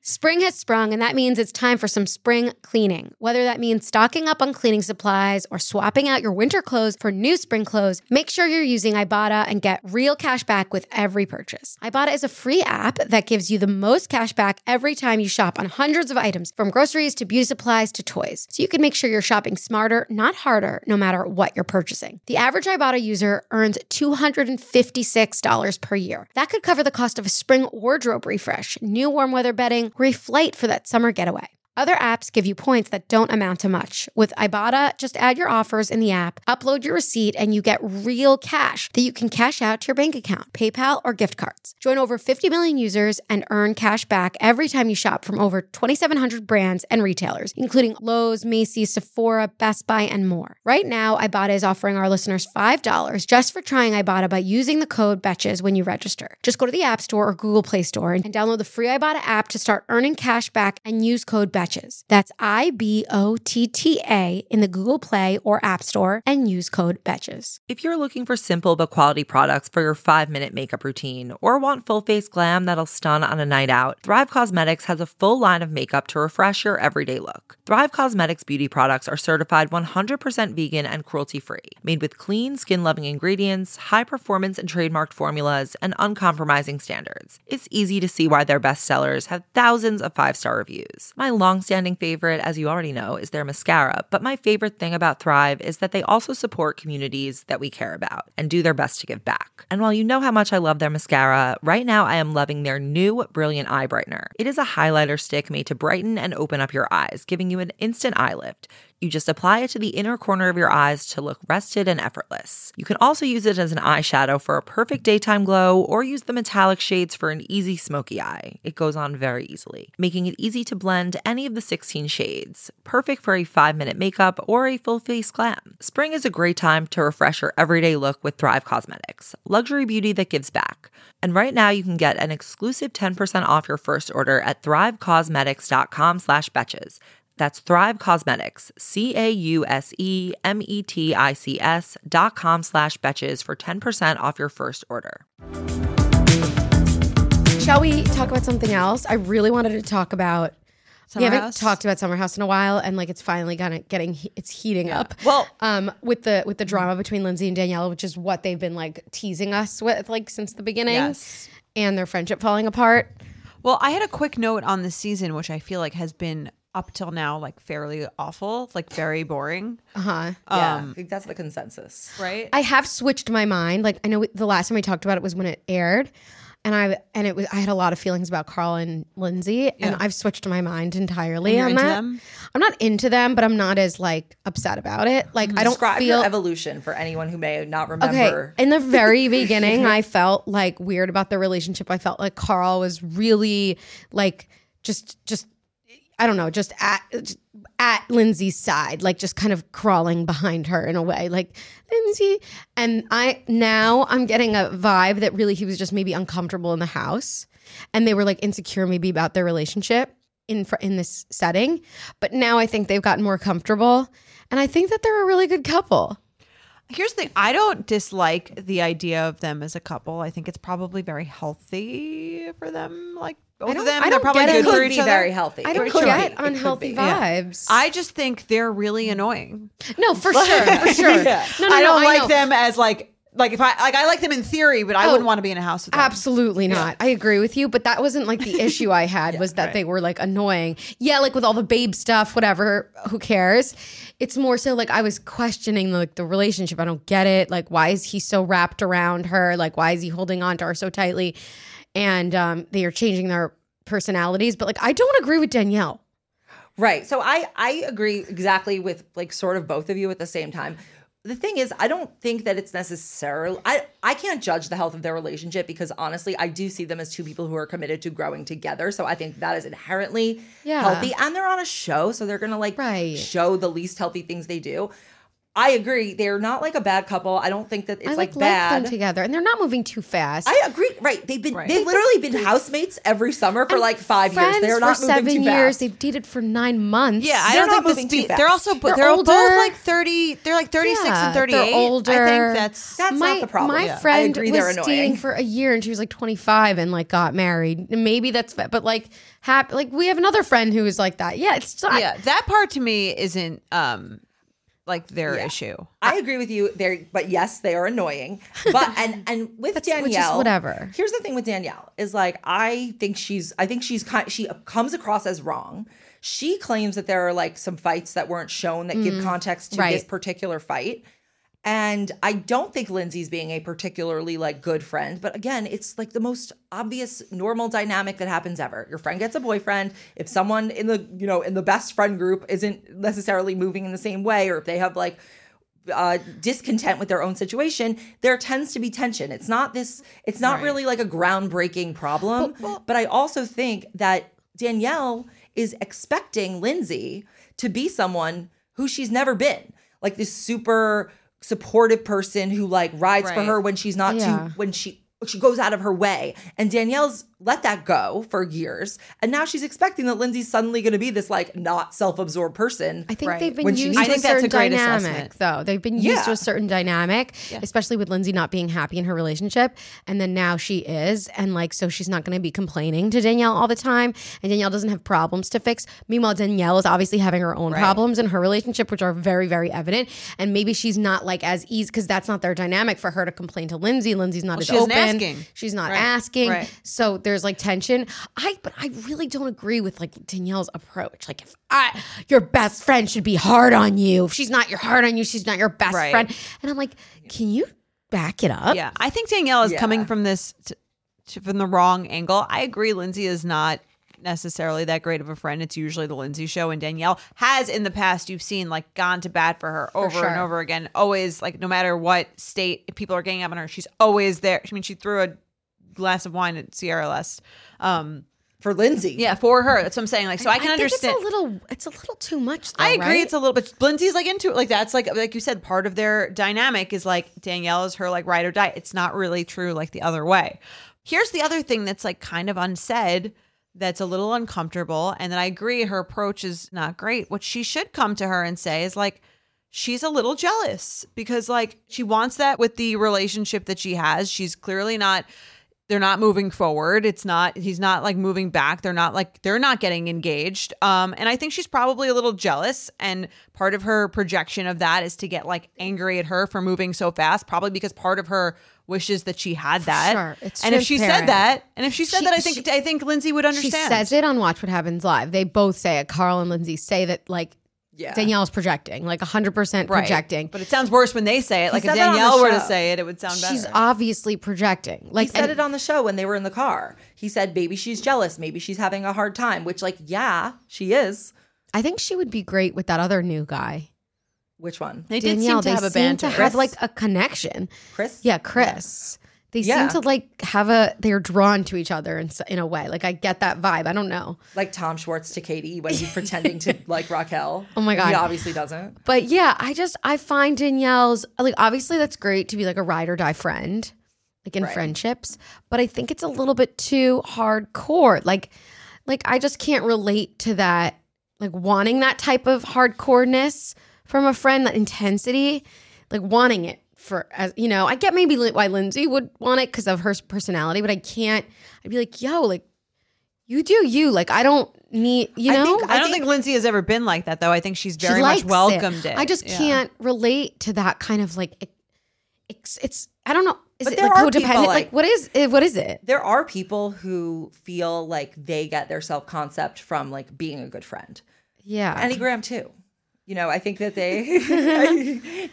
A: Spring has sprung, and that means it's time for some spring cleaning. Whether that means stocking up on cleaning supplies or swapping out your winter clothes for new spring clothes, make sure you're using Ibotta and get real cash back with every purchase. Ibotta is a free app that gives you the most cash back every time you shop on hundreds of items, from groceries to beauty supplies to toys, so you can make sure you're shopping smarter, not harder, no matter what you're purchasing. The average Ibotta user earns $256 per year. That could cover the cost of a spring wardrobe refresh, new warm weather bedding, or a flight for that summer getaway. Other apps give you points that don't amount to much. With Ibotta, just add your offers in the app, upload your receipt, and you get real cash that you can cash out to your bank account, PayPal, or gift cards. Join over 50 million users and earn cash back every time you shop from over 2,700 brands and retailers, including Lowe's, Macy's, Sephora, Best Buy, and more. Right now, Ibotta is offering our listeners $5 just for trying Ibotta by using the code BETCHES when you register. Just go to the App Store or Google Play Store and download the free Ibotta app to start earning cash back and use code BETCHES. That's I B O T T A in the Google Play or App Store and use code BETCHES.
C: If you're looking for simple but quality products for your five minute makeup routine or want full face glam that'll stun on a night out, Thrive Cosmetics has a full line of makeup to refresh your everyday look. Thrive Cosmetics beauty products are certified 100% vegan and cruelty free, made with clean, skin loving ingredients, high performance and trademarked formulas, and uncompromising standards. It's easy to see why their bestsellers have thousands of five star reviews. My long standing favorite, as you already know, is their mascara, but my favorite thing about Thrive is that they also support communities that we care about and do their best to give back. And while you know how much I love their mascara, right now I am loving their new Brilliant Eye Brightener. It is a highlighter stick made to brighten and open up your eyes, giving you an instant eye lift. You just apply it to the inner corner of your eyes to look rested and effortless. You can also use it as an eyeshadow for a perfect daytime glow or use the metallic shades for an easy smoky eye. It goes on very easily, making it easy to blend any of the 16 shades. Perfect for a 5-minute makeup or a full face glam. Spring is a great time to refresh your everyday look with Thrive Cosmetics, luxury beauty that gives back. And right now you can get an exclusive 10% off your first order at thrivecosmetics.com/betches. slash betches. That's Thrive Cosmetics, C A U S E M E T I C S dot com slash betches for 10% off your first order.
A: Shall we talk about something else? I really wanted to talk about. we haven't
D: House?
A: talked about Summer House in a while, and like it's finally gonna getting he- it's heating up.
D: Well-
A: um, with the with the drama between Lindsay and Danielle, which is what they've been like teasing us with like since the beginning,
D: Yes.
A: and their friendship falling apart.
D: Well, I had a quick note on this season, which I feel like has been up till now like fairly awful. It's like very boring.
E: Uh
A: Uh-huh.
E: huh.
C: Yeah,
D: Um,
C: I think that's the consensus.
D: Right?
E: I have switched my mind. Like I know the last time we talked about it was when it aired, and I and it was I had a lot of feelings about Carl and Lindsay, and I've switched my mind entirely
D: you're
E: on
D: into
E: that.
D: them?
E: I'm not into them, but I'm not as like upset about it. Like
D: Mm-hmm.
E: I don't
C: Describe
E: feel
C: your evolution for anyone who may not
E: Okay.
C: remember.
E: In the very beginning, I felt like weird about the relationship. I felt like Carl was really like just just I don't know, just at just at Lindsay's side, like just kind of crawling behind her in a way, like Lindsay. And I now I'm getting a vibe that really he was just maybe uncomfortable in the house, and they were like insecure maybe about their relationship in fr- in this setting. But now I think they've gotten more comfortable, and I think that they're a really good couple.
D: Here's the thing I don't dislike the idea of them as a couple. I think it's probably very healthy for them. Like both
E: don't-
D: of them, they're
E: I don't
D: probably
E: get it.
D: good for
E: Could
D: each
C: be
D: other.
C: very healthy.
E: I don't
C: It could
E: get
C: be. It could
E: unhealthy
C: be.
E: vibes.
D: I just think they're really annoying.
E: no, for sure, for sure. No, no,
D: I
E: no,
D: don't like
E: know.
D: them as like like if I like I like them in theory, but I
E: Oh,
D: wouldn't want to be in a house with them.
E: Absolutely not. I agree with you, but that wasn't like the issue I had was that they were like annoying. Yeah, like with all the babe stuff, whatever, who cares? It's more so like I was questioning like the relationship. I don't get it. Like why is he so wrapped around her? Like why is he holding on to her so tightly? And um they are changing their personalities, but like I don't agree with Danielle.
C: Right. So I I agree exactly with like sort of both of you at the same time. The thing is, I don't think that it's necessarily I I can't judge the health of their relationship because honestly, I do see them as two people who are committed to growing together. So I think that is inherently
E: Yeah.
C: healthy and they're on a show, so they're going to like
E: Right.
C: show the least healthy things they do. I agree. They're not like a bad couple. I don't think that it's
E: I
C: like,
E: like,
C: bad.
E: like them together and they're not moving too fast.
C: I agree. Right. They've been
D: Right.
C: they've literally been housemates every summer for like 5 years.
E: Friends
C: They're not
E: for
C: moving
E: seven
C: too
E: years.
C: fast.
E: They've dated for nine months.
D: Yeah, I
C: They're not
D: don't think the
C: moving too
D: speed. They're
C: fast.
D: also
E: They're
D: they're, they're
E: older.
D: both like thirty. They're like thirty six
E: Yeah,
D: and thirty
E: they're
D: eight.
E: older.
D: I think that's
C: That's
E: my,
C: not the problem.
E: My
C: Yeah. I
E: friend
C: agree they're
E: was
C: annoying.
E: dating for a year and she was like 25 and like got married. Maybe that's fa- but like hap- like we have another friend who is like that. Yeah, it's not.
D: yeah. That part to me isn't um like their issue.
C: I agree with you there, but yes, they are annoying. But and and with Danielle,
E: is whatever.
C: Here's the thing with Danielle is like I think she's I think she's kind she comes across as wrong. She claims that there are like some fights that weren't shown that give context to this
E: Mm, right.
C: particular fight. And I don't think Lindsay's being a particularly like good friend, but again, it's like the most obvious normal dynamic that happens ever. Your friend gets a boyfriend. If someone in the you know in the best friend group isn't necessarily moving in the same way, or if they have like uh, discontent with their own situation, there tends to be tension. It's not this, it's not really like a groundbreaking problem. But, I also think that Danielle is expecting Lindsay to be someone who she's never been, like this super supportive person who like rides for
D: Right.
C: her when she's not
E: Yeah.
C: too, when she, she goes out of her way. And Danielle's let that go for years. And now she's expecting that Lindsay's suddenly going to be this like not self absorbed person.
E: I think
D: Right.
E: they've been
C: When she
E: used
C: needs- I
E: to a
D: think that's a
E: certain
D: great
E: dynamic,
D: assessment.
E: though. They've been used to
C: Yeah.
E: a certain dynamic, especially with Lindsay not being happy in her relationship. And then now she is. And like, so she's not going to be complaining to Danielle all the time. And Danielle doesn't have problems to fix. Meanwhile, Danielle is obviously having her own problems in her relationship, which are very, very evident. And maybe she's not like as easy because that's not their dynamic for her to complain to Lindsay. Lindsay's not as
D: she isn't
E: open.
D: asking.
E: She's not
D: Right.
E: asking.
D: Right.
E: So there's like tension. I but I really don't agree with like Danielle's approach. Like if I your best friend should be hard on you. If she's not your hard on you, she's not your best
D: Right.
E: friend. And I'm like, can you back it up?
D: Yeah, I think Danielle is
C: Yeah.
D: coming from this t- t- from the wrong angle. I agree. Lindsay is not necessarily that great of a friend. It's usually the Lindsay show, and Danielle has in the past. You've seen like gone to bat for her over and
E: sure.
D: over again. Always like no matter what state people are ganging up on her, she's always there. I mean, she threw a glass of wine at Sierra last. Um,
C: For Lindsay.
D: yeah, for her. That's what I'm saying. Like, so I can
E: think
D: understand.
E: It's a little it's a little too much though,
D: I agree.
E: right?
D: It's a little bit. Lindsay's like into it. Like that's like like you said, part of their dynamic is like Danielle is her like ride or die. It's not really true like the other way. Here's the other thing that's like kind of unsaid. That's a little uncomfortable, and then I agree. Her approach is not great. What she should come to her and say is like, she's a little jealous because like she wants that with the relationship that she has. She's clearly not they're not moving forward. It's not he's not like moving back. They're not like they're not getting engaged. Um and I think she's probably a little jealous and part of her projection of that is to get like angry at her for moving so fast, probably because part of her wishes that she had that.
E: sure. It's
D: and if she said
E: transparent.
D: that, and if she said
E: She-
D: that, I think
E: she-
D: I think Lindsay would
E: She
D: understand.
E: says it on Watch What Happens Live. They both say it. Carl and Lindsay say that like
C: Yeah.
E: Danielle's projecting, like 100%
D: Right.
E: projecting.
D: But it sounds worse when they say it. Like if
C: said that on the
D: Danielle were to
C: show.
D: say it, it would sound better.
E: She's obviously projecting. Like
C: He said
E: and-
C: it on the show when they were in the car. He said, maybe she's jealous. Maybe she's having a hard time, which, like, yeah, she is.
E: I think she would be great with that other new guy.
C: Which one?
D: they did seem
E: Danielle,
D: to
E: they
D: have a
E: seem
D: banter.
E: to have like a connection.
C: Chris?
E: Yeah, Chris. They
C: Yeah.
E: seem to like have a. They're drawn to each other in s- in a way. Like I get that vibe. I don't know,
C: Like Tom Schwartz to Katie when he's pretending to like Raquel.
E: Oh my God.
C: He obviously doesn't.
E: but yeah, I just I find Danielle's like obviously that's great to be like a ride or die friend, like in friendships. But I think it's a little bit too hardcore. Like, like I just can't relate to that. Like wanting that type of hardcoreness from a friend, that intensity, like wanting it for as you know. I get maybe li- why Lindsay would want it because of her personality, but I can't. I'd be like, yo, like you do you. Like I don't need you know.
D: I, don't think, Lindsay has ever been like that though. I think she's
E: She
D: very much
E: likes it.
D: welcomed it.
E: I just
D: Yeah.
E: can't relate to that kind of like it- it's, it's I don't know. Is
C: But
E: it
C: there
E: like
C: are
E: codependent?
C: people
E: Like,
C: like-
E: what is it? What is it?
C: There are people who feel like they get their self concept from like being a good friend.
E: Yeah.
C: Enneagram too. You know, I think that they.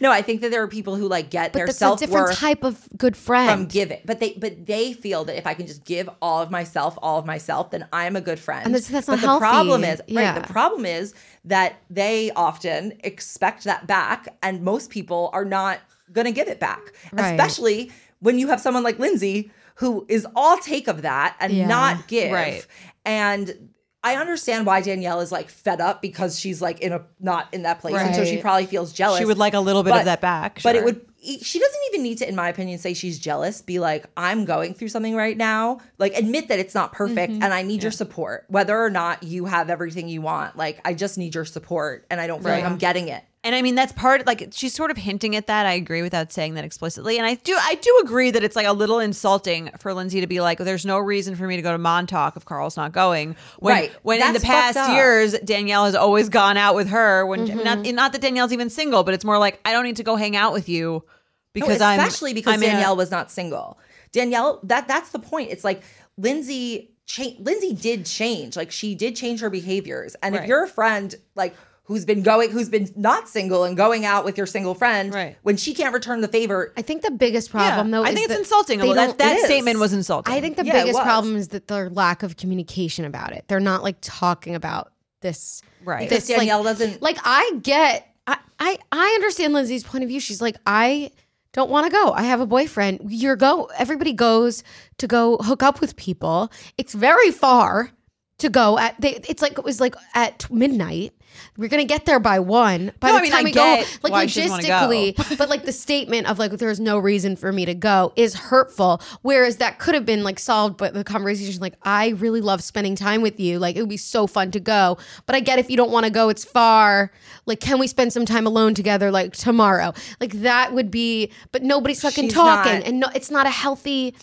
C: no, I think that there are people who like get their
E: That's a
C: self
E: different
C: worth
E: type of good
C: from
E: friend.
C: giving, but they but they feel that if I can just give all of myself, all of myself, then I'm a good friend.
E: And that's- that's
C: but
E: not
C: the problem
E: healthy.
C: is
E: Yeah.
C: right. The problem is that they often expect that back, and most people are not going to give it back,
E: Right.
C: especially when you have someone like Lindsay who is all take of that and
E: Yeah.
C: not give.
D: Right.
C: And I understand why Danielle is like fed up because she's like in a not in that place, and so she
E: Right.
C: probably feels jealous.
D: She would like a little bit
C: But-
D: of that back.
C: But it
D: sure.
C: would. e, She doesn't even need to, in my opinion, say she's jealous. Be like, I'm going through something right now. Like, admit that it's not perfect,
D: Mm-hmm.
C: and I need your support, whether or not you have everything you want. Like, I just need your support, and I don't feel like I'm getting it.
D: And I mean that's part like she's sort of hinting at that. I agree without saying that explicitly. And I do I do agree that it's like a little insulting for Lindsay to be like, there's no reason for me to go to Montauk if Carl's not going. When
C: Right.
D: when in
C: That's
D: the past
C: fucked up.
D: years Danielle has always gone out with her when not not that Danielle's even single, but it's more like I don't need to go hang out with you
C: No,
D: because I'm
C: Oh, especially because
D: I'm in a-
C: Danielle was not single. Danielle, that that's the point. It's like Lindsay. Cha- Lindsay did change. Like she did change her behaviors. And if
D: Right.
C: you're a friend, like who's been going, who's been not single and going out with your single friend,
D: Right.
C: when she can't return the favor,
E: I think the biggest
D: Yeah.
E: problem though
D: I
E: is
D: think it's
E: that
D: insulting. a
E: they
D: little. That,
E: don't-
D: that
C: It is.
D: statement was insulting.
E: I think the
C: Yeah, it
E: biggest
C: was.
E: problem is that their lack of communication about it. They're not like talking about this.
D: Right.
E: This, like-
C: Danielle doesn't-
E: Like I get, I I, I understand Lindsay's point of view. She's like, I don't want to go. I have a boyfriend. You're go. Everybody goes to go hook up with people. It's very far to go at. They, it's like it was like at midnight. We're gonna get there by one. By
D: No,
E: the
D: I mean,
E: time
D: I
E: we
D: get
E: go,
D: why
E: like
D: she doesn't wanna
E: logistically,
D: go.
E: but like the statement of like there's no reason for me to go is hurtful whereas that could have been like solved but the conversation like i really love spending time with you like it would be so fun to go but i get if you don't want to go it's far like can we spend some time alone together like tomorrow like that would be but nobody's fucking
C: She's
E: talking
C: not-
E: and no it's not a healthy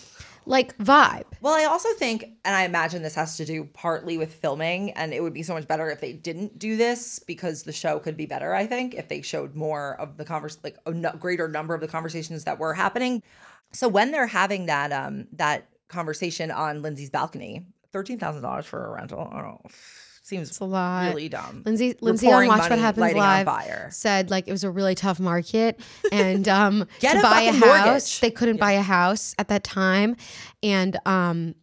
E: like vibe
C: Well, I also think, and I imagine this has to do partly with filming, and it would be so much better if they didn't do this because the show could be better. I think if they showed more of the convers, like a n- greater number of the conversations that were happening. So when they're having that um that conversation on Lindsay's balcony, thirteen thousand dollars for a rental. I don't know. Seems
E: a lot.
C: really dumb.
E: Lindsay,
C: You're
E: Lindsay on
C: pouring
E: Watch What
C: money,
E: Happens
C: lighting on
E: Live
C: fire.
E: said like it was a really tough market, and um,
C: Get
E: to
C: a
E: buy a
C: fucking
E: house
C: mortgage.
E: they couldn't buy a house at that time, and um,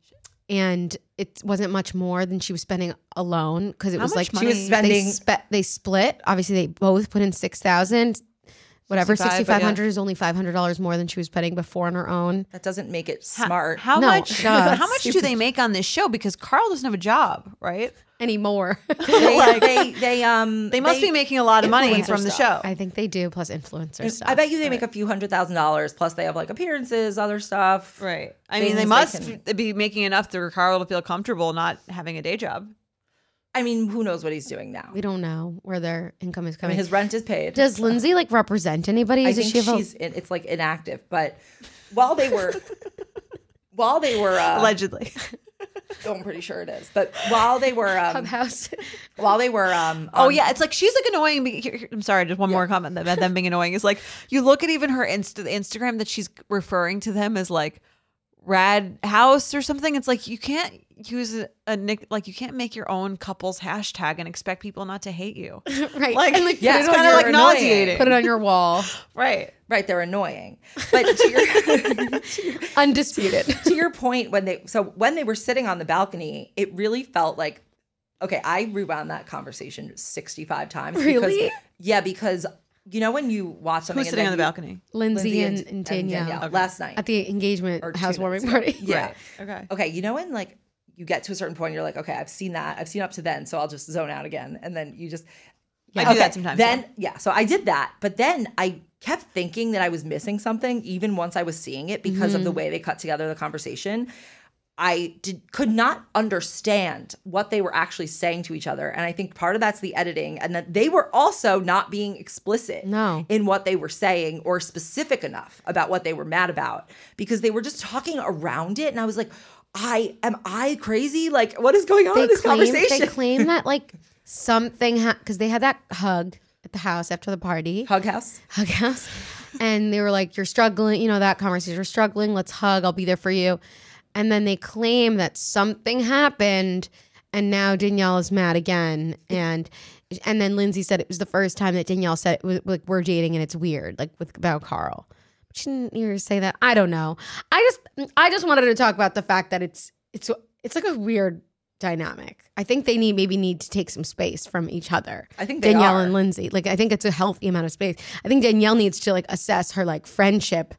E: and it wasn't much more than she was spending alone because it was like
D: much
C: She was money? spending-
E: They, spe- they split. Obviously, they both put in six thousand. Whatever,
D: 65,
E: sixty
D: but yeah.
E: five hundred is only five hundred dollars more than she was spending before on her own.
C: That doesn't make it smart.
D: How
E: No,
D: much?
E: duh.
D: How much do they make on this show? Because Carl doesn't have a job, right?
E: Anymore,
C: they, they they um
D: They must be making a lot of money
C: influencer
D: from the show.
C: stuff.
E: I think they do. Plus influencer stuff.
C: I bet you they make a few hundred thousand dollars. Plus, they have like appearances, other stuff.
D: Right. I mean, they
C: Things
D: must
C: can-
D: be making enough for Carl to feel comfortable not having a day job.
C: I mean, who knows what he's doing now?
E: we don't know where their income is
C: I
E: coming.
C: mean, his rent is paid.
E: Does Lindsay like represent anybody?
C: I
E: Does
C: think
E: she have a-
C: she's in, it's like inactive. But while they were, while they were uh,
D: Allegedly,
C: Oh, I'm pretty sure it is. But while they were um,
E: Clubhouse.
C: while they were um,
D: Oh
C: on-
D: yeah, it's like she's like annoying. be- here- here- I'm sorry, just one more comment about them being annoying is like you look at even her Insta Instagram that she's referring to them as like rad house or something. It's like you can't use a, a nick like you can't make your own couples hashtag and expect people not to hate you.
E: right.
D: Like,
E: And, like,
D: yeah,
E: put
D: it's
E: it on
D: kind of
E: your-
D: like
C: annoying.
D: nauseating,
E: Put it on your wall.
D: right?
C: right they're annoying. But to your
E: Undisputed.
C: to your point when they so when they were sitting on the balcony, it really felt like okay, I rewound that conversation 65 times
E: Really?
C: because yeah, because you know when you watch something
D: Who's
C: and
D: sitting on
C: then
D: the
C: you-
D: balcony?
E: Lindsay and, and Danielle.
C: last night.
E: At the engagement
C: Or two
E: housewarming
C: nights ago.
E: party.
C: Yeah.
D: Okay.
C: Okay, you know when like you get to a certain point, you're like, okay, I've seen that. I've seen up to then, so I'll just zone out again. And then you just
D: I do
C: Okay,
D: that sometimes.
C: Then
D: yeah.
C: yeah. so I did that, but then I kept thinking that I was missing something, even once I was seeing it because of the way they cut together the conversation. I did, could not understand what they were actually saying to each other, and I think part of that's the editing, and that they were also not being explicit
E: No.
C: in what they were saying or specific enough about what they were mad about because they were just talking around it, and I was like. I am I crazy? Like, what is going on
E: they
C: in this
E: claim,
C: conversation?
E: They claim that like something because they had that hug at the house after the party,
C: Hug house.
E: hug house, and they were like, "You're struggling," you know, that conversation. You're struggling. Let's hug. I'll be there for you. And then they claim that something happened, and now Danielle is mad again. And and then Lindsay said it was the first time that Danielle said it was, like we're dating and it's weird, like with about Carl. She didn't hear her say that. I don't know. I just I just wanted to talk about the fact that it's it's it's like a weird dynamic. I think they need maybe need to take some space from each other.
C: I think they
E: Danielle
C: are.
E: and Lindsay. Like I think it's a healthy amount of space. I think Danielle needs to like assess her like friendship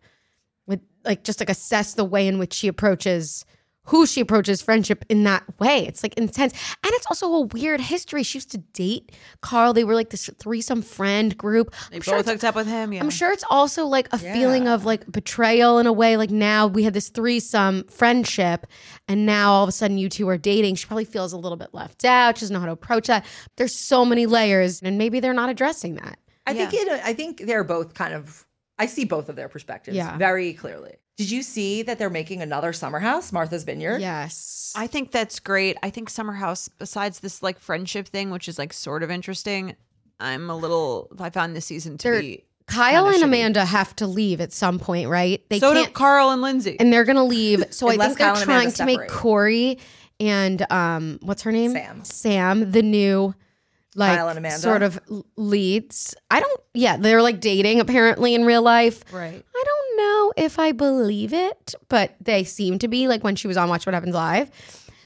E: with like just like assess the way in which she approaches who she approaches friendship in that way. It's like intense. And it's also a weird history. She used to date Carl. They were like this threesome friend group.
D: They
E: I'm sure
D: both
E: it's
D: hooked up with him. Yeah.
E: I'm sure it's also like a feeling of like betrayal in a way. Like now we had this threesome friendship, and now all of a sudden you two are dating. She probably feels a little bit left out. She doesn't know how to approach that. There's so many layers, and maybe they're not addressing that.
C: I think it, uh, I think they're both kind of. I see both of their perspectives
E: Yeah.
C: very clearly. Did you see that they're making another summer house, Martha's Vineyard?
E: Yes.
D: I think that's great. I think Summer House, besides this like friendship thing, which is like sort of interesting, I'm a little. I found this season to
E: They're-
D: be.
E: Kyle
D: Kinda
E: and
D: shitty.
E: Amanda have to leave at some point, right? They
D: so do
E: can't,
D: Carl and Lindsay.
E: and they're gonna leave. So I
C: Unless
E: think they're
C: Kyle and
E: trying
C: Amanda
E: to make
C: separate.
E: Corey and um, what's her name?
C: Sam.
E: Sam, the new like
C: Kyle and Amanda.
E: sort of l- leads. I don't. Yeah, they're like dating apparently in real life.
D: right.
E: I don't know if I believe it, but they seem to be like when she was on Watch What Happens Live.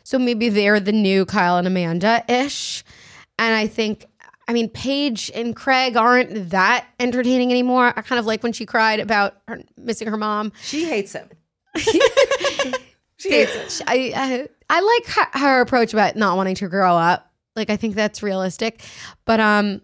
E: So maybe they're the new Kyle and Amanda ish. And I think, I mean, Paige and Craig aren't that entertaining anymore. I kind of like when she cried about her, missing her mom.
C: She hates him. she hates him.
E: It's- I, I I like her, her approach about not wanting to grow up. Like I think that's realistic, but um,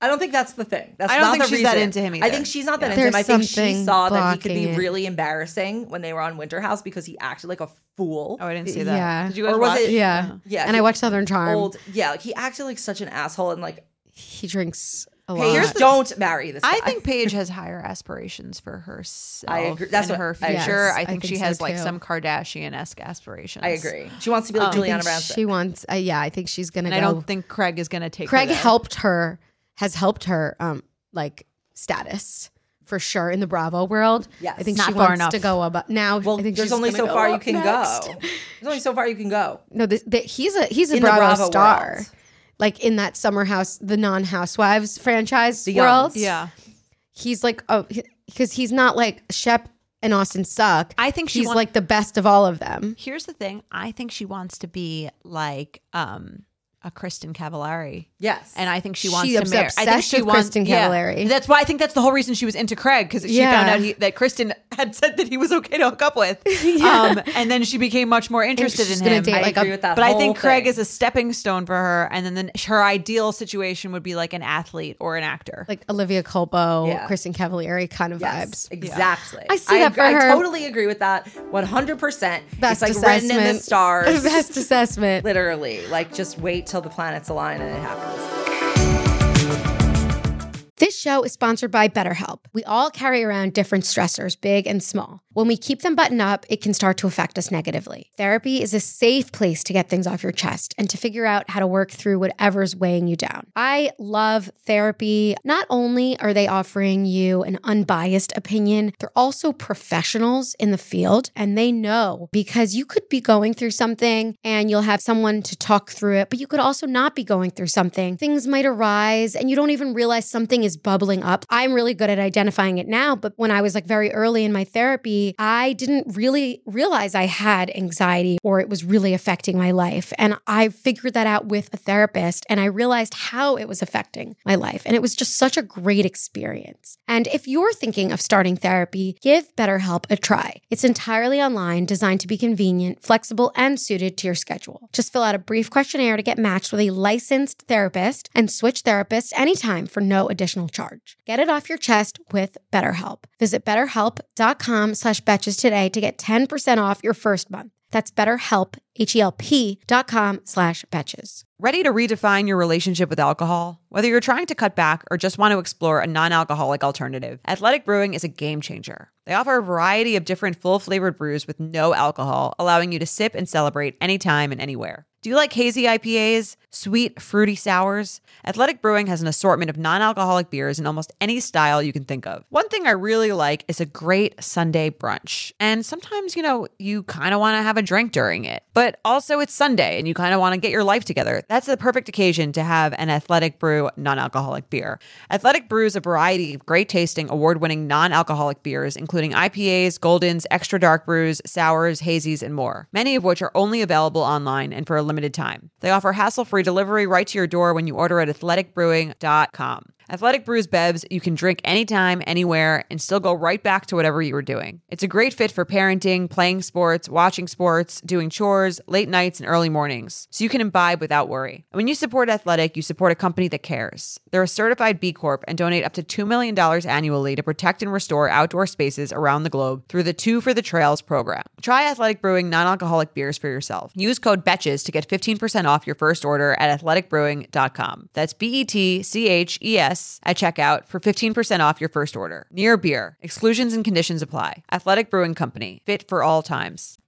C: I don't think that's the thing. That's
D: I don't
C: not
D: think
C: the
D: she's that
C: reason.
D: into him
C: I
D: either.
C: think she's not that
E: Yeah.
C: into him. I
E: There's
C: think she
E: something
C: saw that he could be
E: blocking it.
C: really embarrassing when they were on Winter House because he acted like a fool.
D: Oh, I didn't see that.
E: Yeah.
D: Did you guys
C: Or was
D: watch?
C: it-
E: yeah,
C: Yeah,
E: And I
C: he-
E: watched Southern Charm.
C: Old, yeah, like he acted like such an asshole and like,
E: He drinks a lot.
C: hey, don't marry this.
D: I
C: guy.
D: think Paige has higher aspirations for herself.
C: I agree. That's
D: and
C: what-
D: her
C: I agree.
D: future.
E: Yes,
D: I
E: I
D: think
E: think
D: she
E: so,
D: has like
E: too.
D: some Kardashian esque aspirations.
C: I agree. She wants to be like
E: I
C: Juliana
E: think
C: Rancic.
E: She wants. Uh, yeah, I think she's gonna
D: And
E: go.
D: I don't think Craig is going to take. her
E: oh. Craig
D: there.
E: helped her. Has helped her. Um, like status for sure in the Bravo world.
C: Yes.
E: I think
D: Not
E: she
D: far
E: wants
D: enough.
E: to go up. Now,
C: Well,
E: I think
C: there's
E: she's
C: only
E: gonna
C: so
E: go
C: far you
E: up
C: can
E: next.
C: go. There's only so far you can go.
E: No, this, that he's a he's a
C: In the
E: Bravo,
C: Bravo
E: star.
C: world.
E: Like in that summer house, the non housewives franchise
C: The
E: world.
C: Youngs.
D: Yeah.
E: he's like oh because he's not like Shep and Austin suck.
D: I think she
E: he's
D: want-
E: like the best of all of them.
D: Here's the thing. I think she wants to be like um a Kristen Cavallari.
C: Yes.
D: And I think she
E: She
D: wants to
E: obs-
D: marry. I think
E: obsessed
D: she
E: with
D: wants
E: Kristen
D: yeah.
E: Cavallari.
D: That's why I think that's the whole reason she was into Craig because she
E: Yeah.
D: found out he, that Kristen had said that he was okay to hook up with, um, and then she became much more interested
E: she's
D: in
E: gonna
D: him.
E: date,
D: I-
E: like,
C: agree with that
D: but I
C: whole
D: think Craig
C: thing.
D: is a stepping stone for her, and then the, her ideal situation would be like an athlete or an actor.
E: Like Olivia Colpo,
C: Yeah.
E: Kristen Cavallari kind of
C: Yes,
E: vibes.
C: exactly.
E: I see that for
C: I,
E: her.
C: totally agree with that. One hundred percent. It's
E: Best
C: like
E: assessment.
C: written in the stars.
E: Best assessment.
C: Literally, like just wait till the planets align and it happens.
E: This show is sponsored by BetterHelp. We all carry around different stressors, big and small. When we keep them buttoned up, it can start to affect us negatively. Therapy is a safe place to get things off your chest and to figure out how to work through whatever's weighing you down. I love therapy. Not only are they offering you an unbiased opinion, they're also professionals in the field and they know because you could be going through something and you'll have someone to talk through it, but you could also not be going through something. Things might arise and you don't even realize something is bubbling up. I'm really good at identifying it now, but when I was like very early in my therapy, I didn't really realize I had anxiety or it was really affecting my life. And I figured that out with a therapist and I realized how it was affecting my life. And it was just such a great experience. And if you're thinking of starting therapy, give BetterHelp a try. It's entirely online, designed to be convenient, flexible, and suited to your schedule. Just fill out a brief questionnaire to get matched with a licensed therapist and switch therapists anytime for no additional charge. Get it off your chest with BetterHelp. Visit betterhelp.com slash betches today to get 10% off your first month. That's betterhelp, H-E-L-P dot com slash betches.
D: Ready to redefine your relationship with alcohol? Whether you're trying to cut back or just want to explore a non alcoholic alternative, Athletic Brewing is a game changer. They offer a variety of different full flavored brews with no alcohol, allowing you to sip and celebrate anytime and anywhere. Do you like hazy IPAs, sweet, fruity sours? Athletic Brewing has an assortment of non alcoholic beers in almost any style you can think of. One thing I really like is a great Sunday brunch. And sometimes, you know, you kind of want to have a drink during it, but also it's Sunday and you kind of want to get your life together. That's the perfect occasion to have an Athletic Brew non alcoholic beer. Athletic brews a variety of great tasting, award winning non alcoholic beers, including IPAs, Goldens, extra dark brews, sours, hazies, and more, many of which are only available online and for a limited time. They offer hassle free delivery right to your door when you order at athleticbrewing.com. Athletic Brews Bevs, you can drink anytime, anywhere, and still go right back to whatever you were doing. It's a great fit for parenting, playing sports, watching sports, doing chores, late nights, and early mornings, so you can imbibe without worry. And when you support Athletic, you support a company that cares. They're a certified B Corp and donate up to $2 million annually to protect and restore outdoor spaces around the globe through the Two for the Trails program. Try Athletic Brewing non alcoholic beers for yourself. Use code BETCHES to get 15% off your first order at athleticbrewing.com. That's B E T C H E S at checkout for 15% off your first order. Near beer. Exclusions and conditions apply. Athletic Brewing Company. Fit for all times.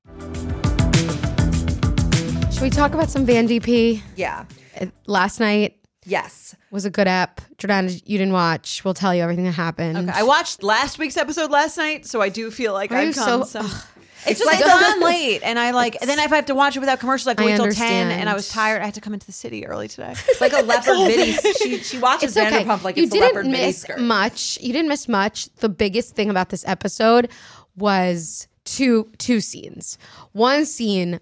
E: Should we talk about some Van DP?
C: Yeah.
E: Last night
C: Yes.
E: was a good app. Jordana, you didn't watch. We'll tell you everything that happened.
D: I watched last week's episode last night, so I do feel like
E: Why are you
D: I've come
E: so-
D: some. It's just like on late, and I like. And then if I have to watch it without commercials, I have to
E: I
D: wait till
E: understand.
D: ten. And I was tired. I had to come into the city early today.
C: It's like a leopard mini. She she watches
E: It's okay.
C: Vanderpump like
E: you
C: it's a
E: didn't
C: leopard mini
E: miss
C: skirt.
E: much. You didn't miss much. The biggest thing about this episode was two two scenes. One scene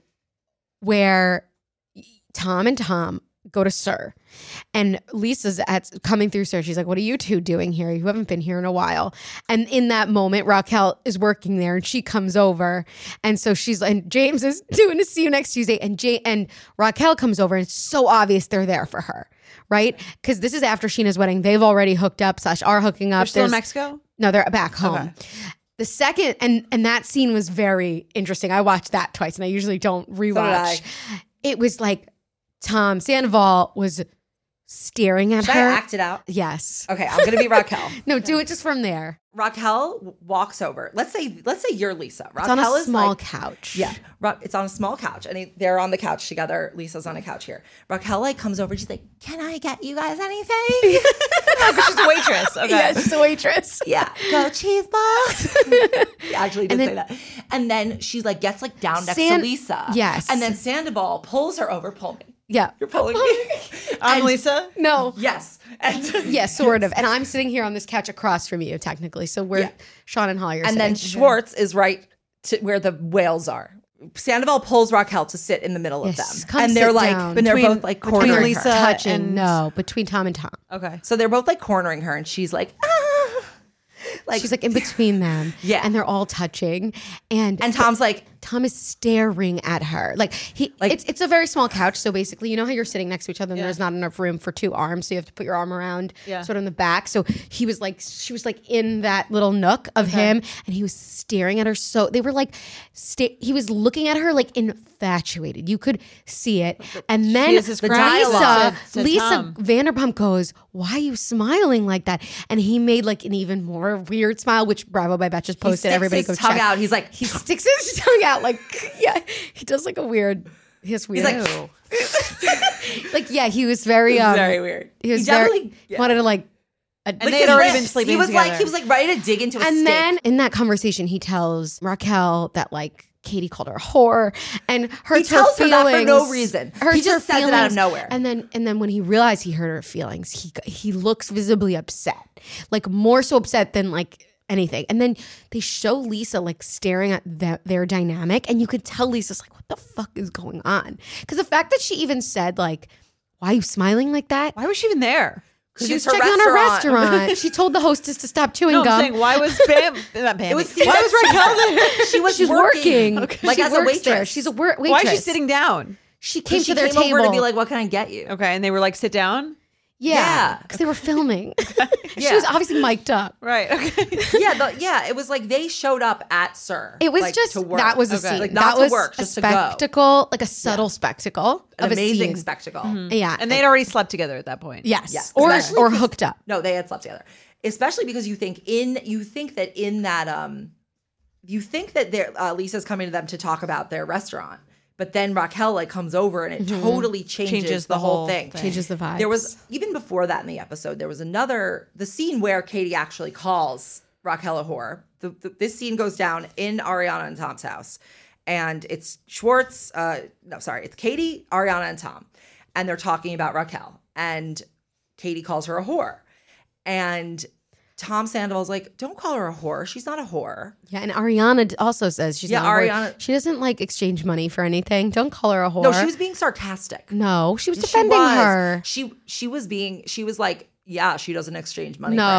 E: where Tom and Tom go to Sir, and Lisa's at coming through Sir. She's like, "What are you two doing here? You haven't been here in a while." And in that moment, Raquel is working there, and she comes over, and so she's and James is doing to see you next Tuesday, and Jay and Raquel comes over, and it's so obvious they're there for her. Right, because this is after Sheena's wedding. They've already hooked up, slash are hooking up.
D: We're still in
E: There's-
D: Mexico.
E: no, they're back home. The second and and that scene was very interesting. I watched that twice, and I usually don't rewatch.
C: I.
E: It was like Tom Sandoval was staring at
C: Should I
E: her.
C: act it out?
E: yes.
C: Okay, I'm gonna be Raquel.
E: No, do it just from there.
C: Raquel w- walks over. Let's say let's say you're Lisa.
E: It's
C: Raquel
E: on a
C: is
E: small
C: like,
E: couch.
C: Yeah, Ra- it's on a small couch, and he- they're on the couch together. Lisa's on a couch here. Raquel like comes over. She's like, "Can I get you guys anything?"
D: She's a waitress. Okay.
E: Yeah, she's a waitress.
C: yeah, go cheese balls. She actually did
E: And
C: say
E: then-
C: that. And then she like gets like down next
E: San-
C: to Lisa.
E: Yes.
C: and then Sandoval pulls her over. Pull me.
E: Yeah.
C: You're pulling me.
D: I'm Lisa.
E: No.
C: yes. And
E: Yeah, sort of. And I'm sitting here on this couch across from you, technically. So we're
C: Yeah.
E: Sean and Holly are
C: and then
E: sitting.
C: Schwartz is right to where the whales are. Sandoval pulls Raquel to sit in the middle of
E: Yes,
C: them,
E: come
C: and they're
E: sit
C: like,
E: down.
C: and they're
D: Between-
C: both like
D: between
C: cornering her.
D: Lisa
E: touching.
D: and-
E: no, between Tom and Tom.
D: Okay.
C: So they're both like cornering her, and she's like, ah. like
E: She's like in between them.
C: Yeah.
E: And they're all touching. And,
C: and Tom's like,
E: Tom is staring at her. Like he
C: Like-
E: it's it's a very small couch. So basically, you know how you're sitting next to each other and there's not enough room for two arms. So you have to put your arm around
D: Yeah.
E: sort of in the back. So he was like she was like in that little nook of him and he was staring at her so they were like sta- he was looking at her like infatuated. You could see it. And then
D: is his
E: Lisa
D: crown.
E: Lisa,
D: To- to Tom.
E: Vanderpump goes, "Why are you smiling like that?" And he made like an even more weird smile, which Bravo by Betches posted.
C: sticks
E: Everybody
C: his
E: go
C: tongue
E: check.
C: out. He's like,
E: he sticks his tongue out like yeah. He does like a weird. He has weird.
C: like,
E: like, yeah, he was very um,
C: very weird.
E: He was
C: He
E: very
C: definitely- yeah.
E: wanted to like. a-
D: And they
C: his
D: had already been
C: lips.
D: sleeping
C: He was like,
D: together.
C: he was like ready to dig into a
E: and
C: steak.
E: then in that conversation, he tells Raquel that like Katie called her a whore and hurts her
C: tells her that for
E: feelings.
C: no reason. He
E: Hurts
C: just
E: her
C: says it out of
E: feelings.
C: nowhere.
E: And then and then when he realized he hurt her feelings, he he looks visibly upset, like more so upset than like anything. And then they show Lisa like staring at the, their dynamic, and you could tell Lisa's like, "What the fuck is going on?" Because the fact that she even said like, "Why are you smiling like that?"
D: Why was she even there?
E: She
C: it's
E: was
C: her
E: checking on her
C: restaurant.
E: restaurant. she told the hostess to stop chewing
D: No, I'm
E: gum.
D: saying why was Pam? Not Pam.
C: it was
D: why was Raquel there?
C: She was
E: She's working.
C: working, like
E: She
C: as a
E: works
C: waitress.
E: there. She's a wor- waitress.
D: Why is she sitting down?
E: She came
C: Came
E: to their
C: came
E: table
C: over to be like, what can I get you?
D: Okay, and they were like, sit down.
E: yeah,
C: Yeah.
E: because they were filming. She
C: Yeah.
E: was obviously mic'd up.
D: Right. Okay.
C: yeah, the, yeah. It was like they showed up at Sir.
E: It was
C: like,
E: just
C: to work.
E: that was a
D: Okay.
E: scene.
C: Like,
E: that
C: not to
E: was
C: work,
E: a
C: just to go.
E: spectacle, like a subtle spectacle
C: an
E: of a
C: amazing
E: scene. Mm-hmm.
C: spectacle.
E: yeah,
D: And they'd already slept together at that point.
E: yes,
C: Yes,
E: or
C: especially
E: or
C: 'cause-
E: hooked up.
C: No, they had slept together. Especially because you think in you think that in that um you think that their uh, Lisa's coming to them to talk about their restaurant. But then Raquel like comes over and it totally Mm-hmm. changes,
D: Changes
C: the,
D: the
C: whole
D: whole
C: thing.
D: thing.
E: Changes the vibe.
C: There was even before that in the episode, there was another the scene where Katie actually calls Raquel a whore. The, the, this scene goes down in Ariana and Tom's house, and it's Schwartz. Uh, no, sorry, it's Katie, Ariana, and Tom, and they're talking about Raquel, and Katie calls her a whore, and Tom Sandoval's like, "Don't call her a whore. She's not a whore."
E: yeah, and Ariana d- also says she's
C: Yeah,
E: not a whore.
C: Ariana-
E: She doesn't like exchange money for anything. Don't call her a whore.
C: No, she was being sarcastic.
E: no, she was
C: She
E: defending
C: was.
E: her.
C: She she was being she was like, yeah, she doesn't exchange money.
E: No.
C: for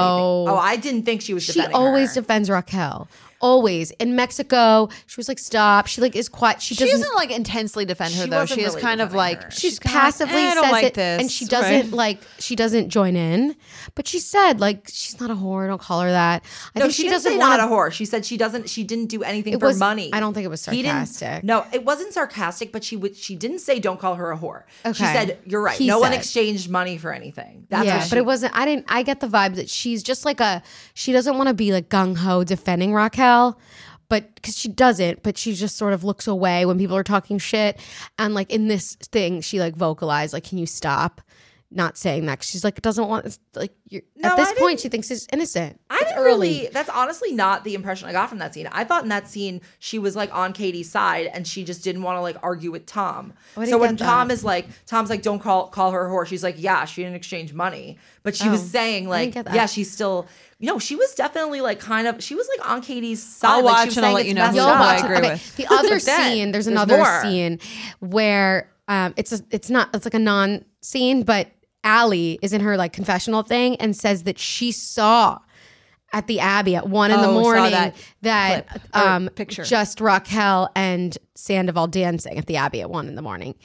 C: anything. oh, I didn't think she was.
E: She
C: defending
E: always
C: her.
E: defends Raquel. Always in Mexico, she was like, "Stop." She like is quiet. She
D: She
E: doesn't
D: doesn't like intensely defend her
C: She
D: though.
C: wasn't
D: She is
C: really
D: kind of
C: defending
D: like
C: her.
E: she's
D: kind of like,
E: passively
D: "Eh, I don't
E: says
D: like
E: it,
D: this,
E: and she
D: right?
E: doesn't like she doesn't join in. But she said like she's not a whore. Don't call her that. I
C: No,
E: think
C: she,
E: she,
C: didn't
E: doesn't
C: say
E: want
C: not a whore. She said she doesn't. She didn't do anything
E: It
C: for
E: was-
C: money.
E: I don't think it was
C: He didn't-
E: sarcastic.
C: no, it wasn't sarcastic. But she would. She didn't say don't call her a whore. She
E: Okay.
C: said you're right.
E: He
C: no one
E: said.
C: exchanged money for anything. That's
E: Yeah,
C: what she,
E: but it wasn't. I didn't. I get the vibe that she's just like a. She doesn't want to be like gung ho defending Raquel, but because she doesn't. But she just sort of looks away when people are talking shit. And like in this thing, she like vocalized like, "Can you stop?" Not saying that 'cause she's like doesn't want like you're, at
C: No,
E: this
C: I
E: point she thinks she's innocent.
C: I
E: It's
C: didn't really. That's honestly not the impression I got from that scene. I thought in that scene she was like on Katie's side and she just didn't want to like argue with Tom.
E: didn't
C: So when
E: get that.
C: Tom is like, Tom's like, don't call call her a whore. She's like, yeah, she didn't exchange money, but she was saying like,
E: Oh, get that.
C: yeah, she's still. You know, she was definitely like kind of. She was like on Katie's side.
D: I'll
C: like, she
D: watch
C: was
D: and
C: saying
D: I'll let
C: it's
D: you know
C: messed
D: who
E: You'll
C: up.
D: I
E: watch it.
D: agree
E: Okay.
D: with.
E: The other
C: Then
E: scene, there's
C: there's
E: another
C: more.
E: scene where um, it's a, it's not it's like a non scene, but Allie is in her like confessional thing and says that she saw at the Abbey at one in the
D: Oh, saw
E: morning
D: that
E: that
D: clip or
E: um,
D: picture.
E: just Raquel and Sandoval dancing at the Abbey at one in the morning,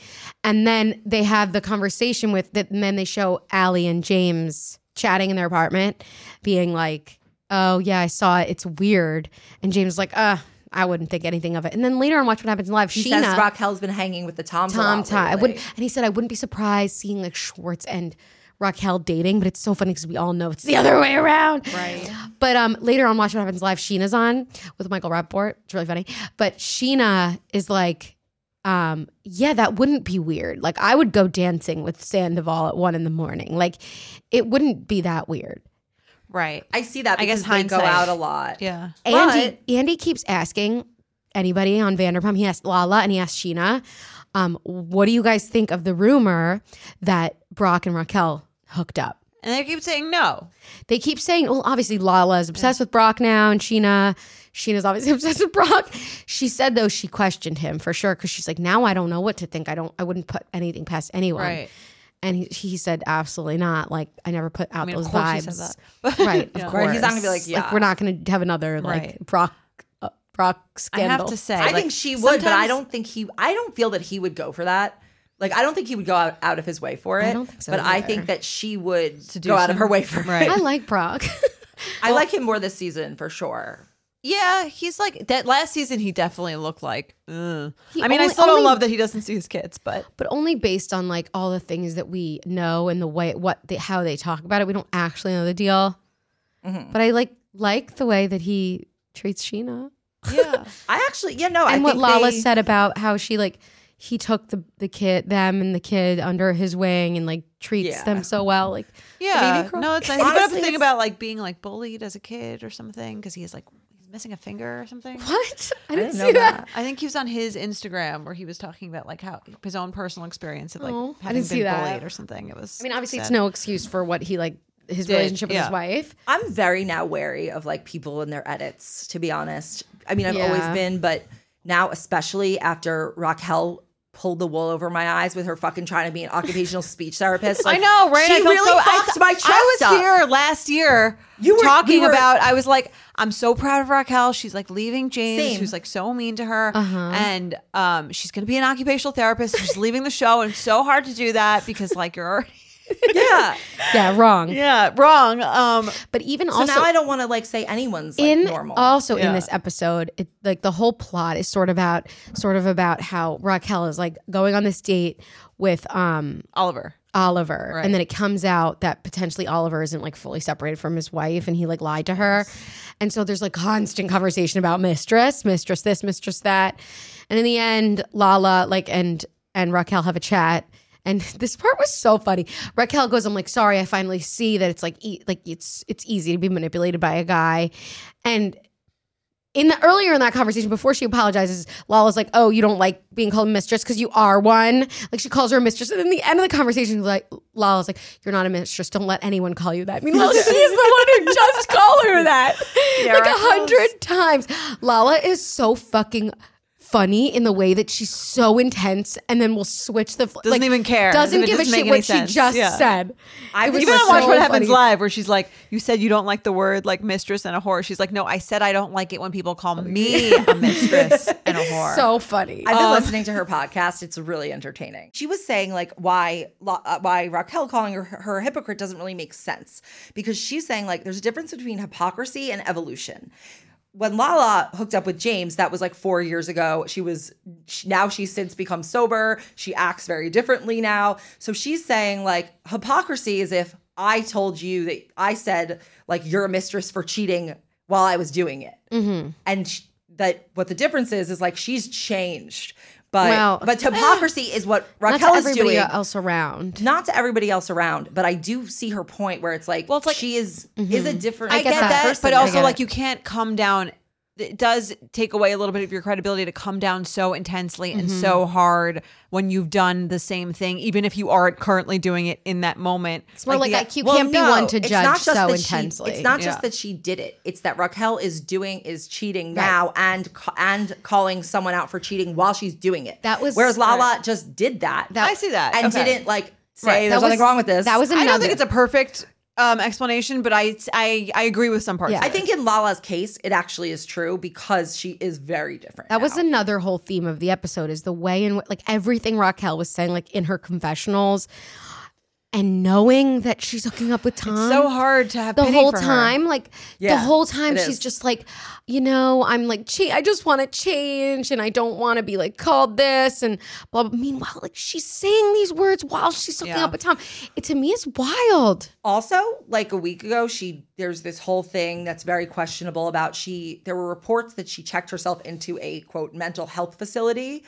E: and then they have the conversation with that. And then they show Allie and James chatting in their apartment, being like, "Oh yeah, I saw it. It's weird." And James is like, "Uh." I wouldn't think anything of it. And then later on, watch what happens live.
C: She
E: Sheena,
C: says Raquel's been hanging with the Toms. a
E: Tom
C: lot
E: Tom. I
C: lately.
E: wouldn't, and he said I wouldn't be surprised seeing like Schwartz and Raquel dating, but it's so funny because we all know it's the other way around. Right. But um, later on, Watch What Happens Live, Sheena's on with Michael Rapport. It's really funny. But Sheena is like, um, yeah, that wouldn't be weird. Like I would go dancing with Sandoval at one in the morning. Like it wouldn't be that weird.
D: Right.
C: I see that.
D: I guess
C: Because I guess they go out
D: hindsight.
C: a lot.
D: yeah.
E: Andy Andy keeps asking anybody on Vanderpump. He asked Lala and he asked Sheena, um, "What do you guys think of the rumor that Brock and Raquel hooked up?"
D: And they keep saying no.
E: They keep saying, "Well, obviously Lala is obsessed with Brock now, and Sheena." Sheena's obviously obsessed with Brock. She said though she questioned him for sure because she's like, now I don't know what to think. I don't. I wouldn't put anything past anyone.
D: Right.
E: And he, he said, absolutely not. Like I never put out
D: mean, of
E: those
D: course
E: vibes.
D: he said that.
E: right. Of course.
C: Right, he's not gonna be like, yeah.
E: we're not gonna have another like
D: Right.
E: Brock. Uh, rock
D: I
E: scandal.
D: have to say,
C: I
D: like,
C: think she would, but I
D: sometimes-
C: don't think he. I don't feel that he would go for that. Like I don't think he would go out, out of his way for it.
E: don't think so
C: But I
E: either.
C: think that she would
D: do
C: go out of
D: some-
C: her way for
D: Right.
C: it.
E: I like Brock.
C: I like him more this season for sure.
D: Yeah, he's like that. Last season, he definitely looked like. Ugh.
E: He
D: I mean, I
E: only-
D: still
E: only-
D: don't love that he doesn't see his kids, but
E: but only based on like all the things that we know and the way what they, how they talk about it. We don't actually know the deal, but I like like the way that he treats Sheena
D: yeah,
C: I actually, yeah, no, I
E: and what
C: think
E: Lala
C: they-
E: said about how she like he took the the kid them and the kid under his wing and like treats
C: Yeah.
E: them so well. Like
D: yeah.
E: baby girl.
D: No, it's nice. He put up
C: Honestly,
D: a thing
C: it's-
D: about like being like bullied as a kid or something because he's like he's missing a finger or something.
E: what? I didn't,
C: didn't
E: see
C: know
E: that.
C: that.
D: I think he was on his Instagram where he was talking about like how his own personal experience of like
E: Oh, I
D: having
E: didn't
D: been
E: see that.
D: bullied or something. It was.
E: I mean, obviously, it's
D: sad.
E: no excuse for what he like his
D: Did,
E: relationship with his
D: yeah.
E: wife.
C: I'm very now wary of like people and their edits, to be honest. I mean, I've
E: Yeah.
C: always been, but now, especially after Raquel pulled the wool over my eyes with her fucking trying to be an occupational speech therapist.
D: I
C: like,
D: know, right?
C: She
D: I felt
C: really
D: so- I
C: fucked
D: th-
C: my chest
D: I was
C: up.
D: here last year.
C: You were-
D: talking
C: we were-
D: about. I was like, I'm so proud of Raquel. She's like leaving James,
C: Same.
D: who's like so mean to her, and um, she's going to be an occupational therapist. She's leaving the show, and it's so hard to do that because like you're already
C: Yeah.
E: Yeah, wrong.
D: yeah wrong. Um,
E: But even
C: So
E: also
C: now I don't want to like say anyone's like
E: in
C: normal.
E: also in
D: Yeah.
E: this episode, it, like the whole plot is sort of about sort of about how Raquel is like going on this date with um
D: Oliver.
E: Oliver,
D: Right.
E: and then it comes out that potentially Oliver isn't like fully separated from his wife, and he like lied to her, and so there's like constant conversation about mistress, mistress this, mistress that, and in the end, Lala like and and Raquel have a chat. And this part was so funny. Raquel goes, "I'm like, sorry, I finally see that it's like, e- like it's it's easy to be manipulated by a guy," and in the earlier in that conversation, before she apologizes, Lala's like, "Oh, you don't like being called mistress because you are one." Like she calls her a mistress, and then the end of the conversation, like Lala's like, "You're not a mistress. Don't let anyone call you that." Meanwhile, she's the one who just called her that like a hundred times. Lala is so fucking funny in the way that she's so intense, and then will switch the doesn't
D: even care.
E: doesn't
D: It
E: give a
D: doesn't
E: shit
D: make
E: what
D: any sense.
E: she just
D: Yeah.
E: said.
C: I was
D: Even
E: was
D: on Watch
E: so
D: What Happens
E: funny.
D: Live, where she's like, "You said you don't like the word like mistress and a whore." She's like, "No, I said I don't like it when people call me a mistress and a whore."
E: So funny.
C: I've been listening to her podcast. It's really entertaining. She was saying like why Lo- uh, why Raquel calling her, her a hypocrite doesn't really make sense because she's saying like there's a difference between hypocrisy and evolution. When Lala hooked up with James, that was like four years ago. She was she, now she's since become sober. She acts very differently now. So she's saying like hypocrisy is if I told you that I said like you're a mistress for cheating while I was doing it
E: Mm-hmm.
C: and sh- that what the difference is is like she's changed but
E: Well-
C: but hypocrisy is what
E: Not to
C: raquel is
E: everybody
C: doing
E: else around.
C: not to everybody else around but i do see her point where it's like well
D: it's like-
C: she is is a different
D: I get
E: that.
D: that,
E: person.
D: but
E: I
D: also
E: get
D: like
E: it.
D: you can't come down. It does take away a little bit of your credibility to come down so intensely and so
E: Mm-hmm.
D: hard when you've done the same thing, even if you aren't currently doing it in that moment.
E: It's more like,
D: the-
E: like you
C: e- Well,
E: can't
C: no,
E: be one to
C: it's
E: judge
C: not just
E: so
C: that she-
E: intensely.
C: it's not
D: Yeah.
C: just that she did it; it's that Raquel is doing is cheating now and ca- and calling someone out for cheating while she's doing it.
E: That was-
C: whereas Lala just did that.
D: I see that.
C: and
D: Okay.
C: didn't like say
D: Right.
C: there's
E: That was-
C: nothing wrong with this.
E: that was
C: I
D: I don't think
E: another-
D: it's a perfect um, explanation, but I, I I agree with some parts.
E: Yeah.
D: of
E: I
C: I think in Lala's case, it actually is true because she is very different.
E: That was
C: now.
E: another whole theme of the episode is the way in wh- like everything Raquel was saying like in her confessionals and knowing that she's hooking up with Tom.
D: it. so hard to have
E: Mm-hmm. the
D: pity
E: whole
D: for her.
E: time like the
C: Yeah,
E: whole time
C: it
E: she's
C: is.
E: just like you know i'm like che- i just want to change and i don't want to be like called this and blah, blah meanwhile like she's saying these words while she's hooking
D: Yeah.
E: up with tom it to me is wild
C: also like a week ago she there's this whole thing that's very questionable about she there were reports that she checked herself into a quote mental health facility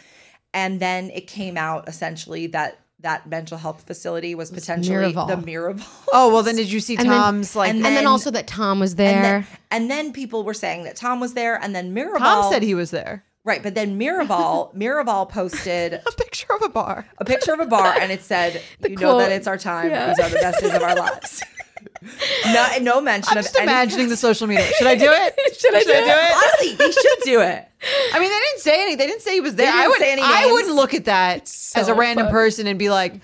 C: and then it came out essentially that that mental health facility was potentially
E: Miraval.
C: the Miraval.
D: Oh well, then did you see
E: then-
D: Tom's like?
E: and,
C: And
E: then
C: then-
E: also that tom was there
C: And then, and then people were saying that Tom was there, and then Miraval.
D: Tom said he was there.
C: right, but then Miraval, Miraval posted
D: A picture of a bar.
C: a picture of a bar, and it said, "You know
E: quote.
C: that it's our time. These are the best days of our lives." No, no mention of
D: Just
C: any-
D: imagining the social media. Should I do it? Should I do, it?
C: Honestly, they should do it.
D: I mean, they didn't say anything. They didn't say he was there.
C: didn't
D: I would.
C: say any
D: I
C: names.
D: wouldn't look at that as a random person and be like,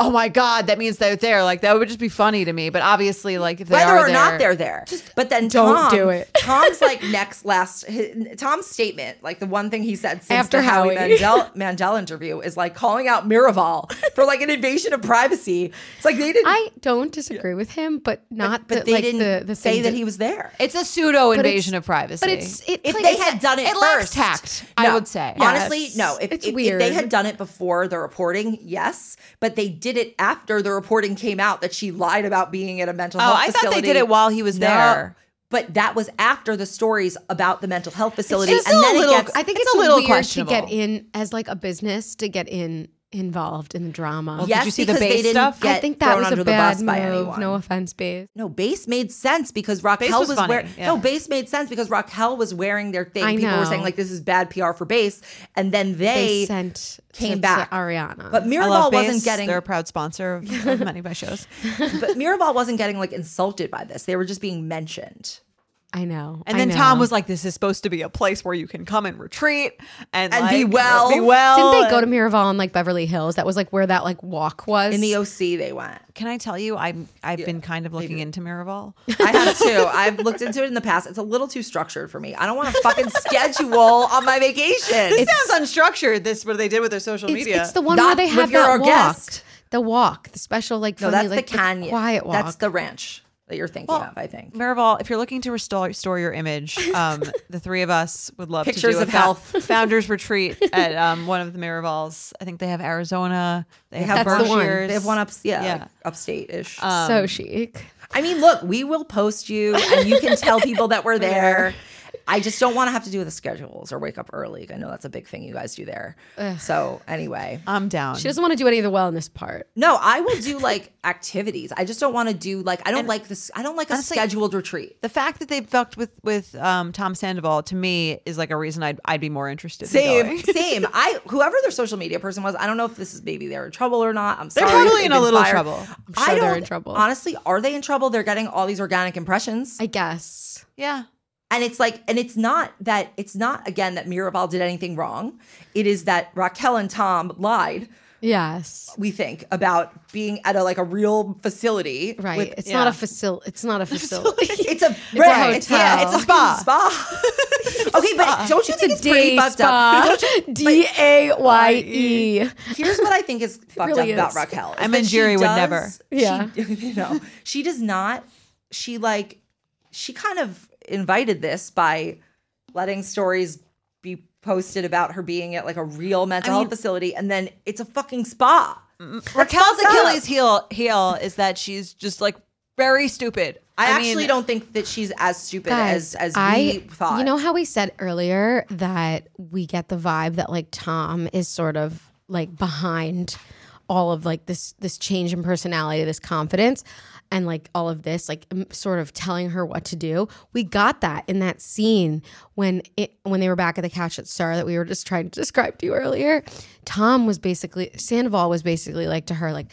D: oh my god, that means they're there. Like that would just be funny to me. But obviously, like if they
C: whether
D: are
C: or
D: there,
C: not they're there. But then
E: don't
C: Tom,
E: do it.
C: Tom's like next last his, Tom's statement, like the one thing he said since
E: After
C: the Howie,
E: Howie.
C: Mandel, Mandel interview is like calling out Miraval for like an invasion of privacy. It's like they didn't,
E: I don't disagree with him, but not
C: but
E: the,
C: they
E: like,
C: didn't
E: the, the
C: say
E: thing
C: that he was there.
D: It's a pseudo
E: it's-
D: invasion of privacy.
E: But it's it,
C: If
E: like,
C: they had done it,
D: it lacks
C: first,
D: tact,
C: No.
D: I would say.
C: Honestly,
E: Yes.
C: no. If,
E: It's
C: if- if
E: weird.
C: they had done it before the reporting, yes, but they did it after the reporting came out that she lied about being at a mental
D: Oh,
C: health
D: I thought they
C: facility.
D: did it while he was
C: No.
D: there.
C: But that was after the stories about the mental health facility,
D: just
C: and
D: a
C: then
D: little-
C: it gets.
E: I think
D: it's
E: it's,
D: a little
E: weird to get
D: questionable.
E: in as like a business to get in involved in the drama.
D: Well,
C: yes,
D: Did you see the
C: because
D: Bae
C: they didn't
D: stuff?
C: Get
E: I think that
C: thrown
E: was
C: under
E: a
C: the
E: bad
C: bus by
E: move.
C: anyone.
E: No offense, Babe.
C: No, base made sense because Raquel was,
D: was funny,
C: wearing.
D: yeah.
C: No, base made sense because Raquel was wearing their thing.
E: I
C: People were
E: know.
C: saying like this is bad PR for base, and then
E: They
C: they,
E: sent
C: came
E: to- to
C: back.
E: Ariana.
C: But
D: I
C: Mirabal
D: love Base.
C: wasn't getting.
D: They're a proud sponsor of, of many of my shows.
C: but Mirabal wasn't getting like insulted by this. They were just being mentioned.
E: I know.
D: And
E: I
D: then
E: know.
D: Tom was like, "This is supposed to be a place where you can come and retreat and,
C: And be
D: like,
C: well."
D: Be well.
E: Didn't they go to
D: and-
E: Miraval in like Beverly Hills? That was like where that like walk was.
C: In the OC, they went.
D: Can I tell you? I'm. I've been kind of looking into Miraval.
C: I have too. I've looked into it in the past. It's a little too structured for me. I don't want to fucking schedule on my vacation.
D: It sounds unstructured. This what they did with their social
E: it's,
D: media.
E: it's the one
C: Not
E: where they
C: with
E: have
C: your
E: that walk.
C: guest.
E: The walk, the special like
C: no,
E: funny,
C: that's
E: like,
C: the canyon.
E: quiet walk.
C: That's the ranch that you're thinking
D: Well,
C: of. I think.
D: Miraval, if you're looking to restore, restore your image, um, the three of us would love
C: Pictures
D: to do a
C: of
D: fo-
C: health.
D: founders retreat at um, one of the Miravals. I think they have Arizona. They, have
E: That's the one.
D: Berkshires.
C: They have one up, yeah,
D: Yeah.
C: like upstate ish.
E: so chic.
C: I mean, look, we will post you, and you can tell people that we're there. I just don't want to have to do the schedules or wake up early. I know that's a big thing you guys do there. So anyway,
D: I'm down.
E: She doesn't want to do any of the wellness part.
C: no, I will do like activities. I just don't want to do like I don't like this. I don't like a
D: honestly-
C: scheduled retreat.
D: the fact that they fucked with with um, Tom Sandoval to me is like a reason I'd I'd be more interested. In
C: Same,
D: going.
C: same. I whoever their social media person was, I don't know if this is maybe they're in trouble or not. I'm sorry.
D: probably
C: they've
D: in a
C: been
D: little
C: fired.
D: trouble.
E: I'm
C: I
E: sure they're
C: don't-
E: in trouble.
C: Honestly, are they in trouble? They're getting all these organic impressions.
E: I guess.
D: yeah.
C: And it's like, and it's not that it's not again that Miraval did anything wrong. It is that Raquel and Tom lied,
E: Yes.
C: we think, about being at a like a real facility.
E: Right.
C: with-
E: it's not a
D: yeah.
E: facility. It's not a facility.
C: it's a right, it's,
E: hotel.
C: yeah, it's a spa. spa. okay, but don't you think it's pretty fucked up? Don't you-
E: D A Y E.
C: Here's what I think is fucked
E: really
C: up about
E: is.
C: Raquel. is
D: I mean,
C: that she
D: Jerry would
C: does-
D: never.
C: she-
E: Yeah.
C: you know, she does not. She like, she kind of invited this by letting stories be posted about her being at like a real mental health facility, and then it's a fucking spa.
D: Raquel's
C: fucked up.
D: Achilles heel heel is that she's just like very stupid.
C: I,
D: mean,
C: actually don't think that she's as stupid as as we thought.
E: You know how we said earlier that we get the vibe that like Tom is sort of like behind all of like this this change in personality, this confidence and like all of this like m- sort of telling her what to do. We got that in that scene when it when they were back at the couch at Star that we were just trying to describe to you earlier. Tom was basically Sandoval was basically like to her like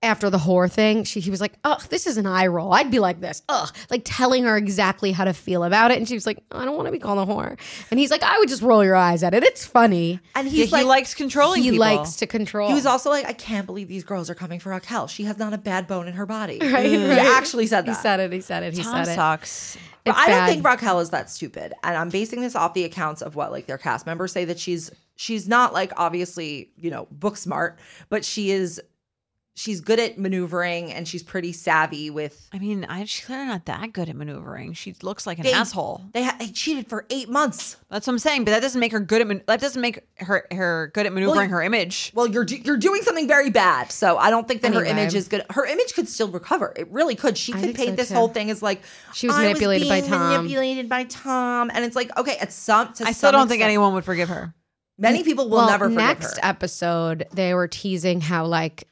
E: after the whore thing, she he was like, "Oh, this is an eye roll." I'd be like this, "Ugh," like telling her exactly how to feel about it, and she was like, "I don't want to be called a whore," and he's like, "I would just roll your eyes at it. It's funny."
C: and
D: Yeah,
C: he's
D: he
C: like,
D: likes controlling.
E: he
D: people.
E: likes to control.
C: he was also like, I can't believe these girls are coming for Raquel. She has not a bad bone in her body. Right? He actually said that.
E: He said it. He said it. He
D: Tom
E: said it.
D: sucks.
E: It's
C: I
E: bad.
C: don't think Raquel is that stupid, and I'm basing this off the accounts of what like their cast members say that she's she's not like obviously you know book smart, but she is she's good at maneuvering and she's pretty savvy with.
D: I mean, I, she's clearly not that good at maneuvering. She looks like an
C: They-
D: asshole.
C: They, ha- they cheated for eight months.
D: That's what I'm saying. But that doesn't make her good at man- that doesn't make her her good at maneuvering
C: you-
D: her image.
C: Well, you're do- you're doing something very bad, so I don't think that her
E: Anyway.
C: image is good. Her image could still recover. It really could. She could
E: think
C: paint
E: so,
C: this
E: too.
C: whole thing as like
E: She was
C: "I
E: manipulated by
C: being
E: Tom."
C: Manipulated by Tom, and it's like okay, at some. To
D: I still
C: some
D: don't think
C: extent-
D: anyone would forgive her.
C: Many people will
E: well,
C: never forgive
E: next
C: her.
E: episode they were teasing how like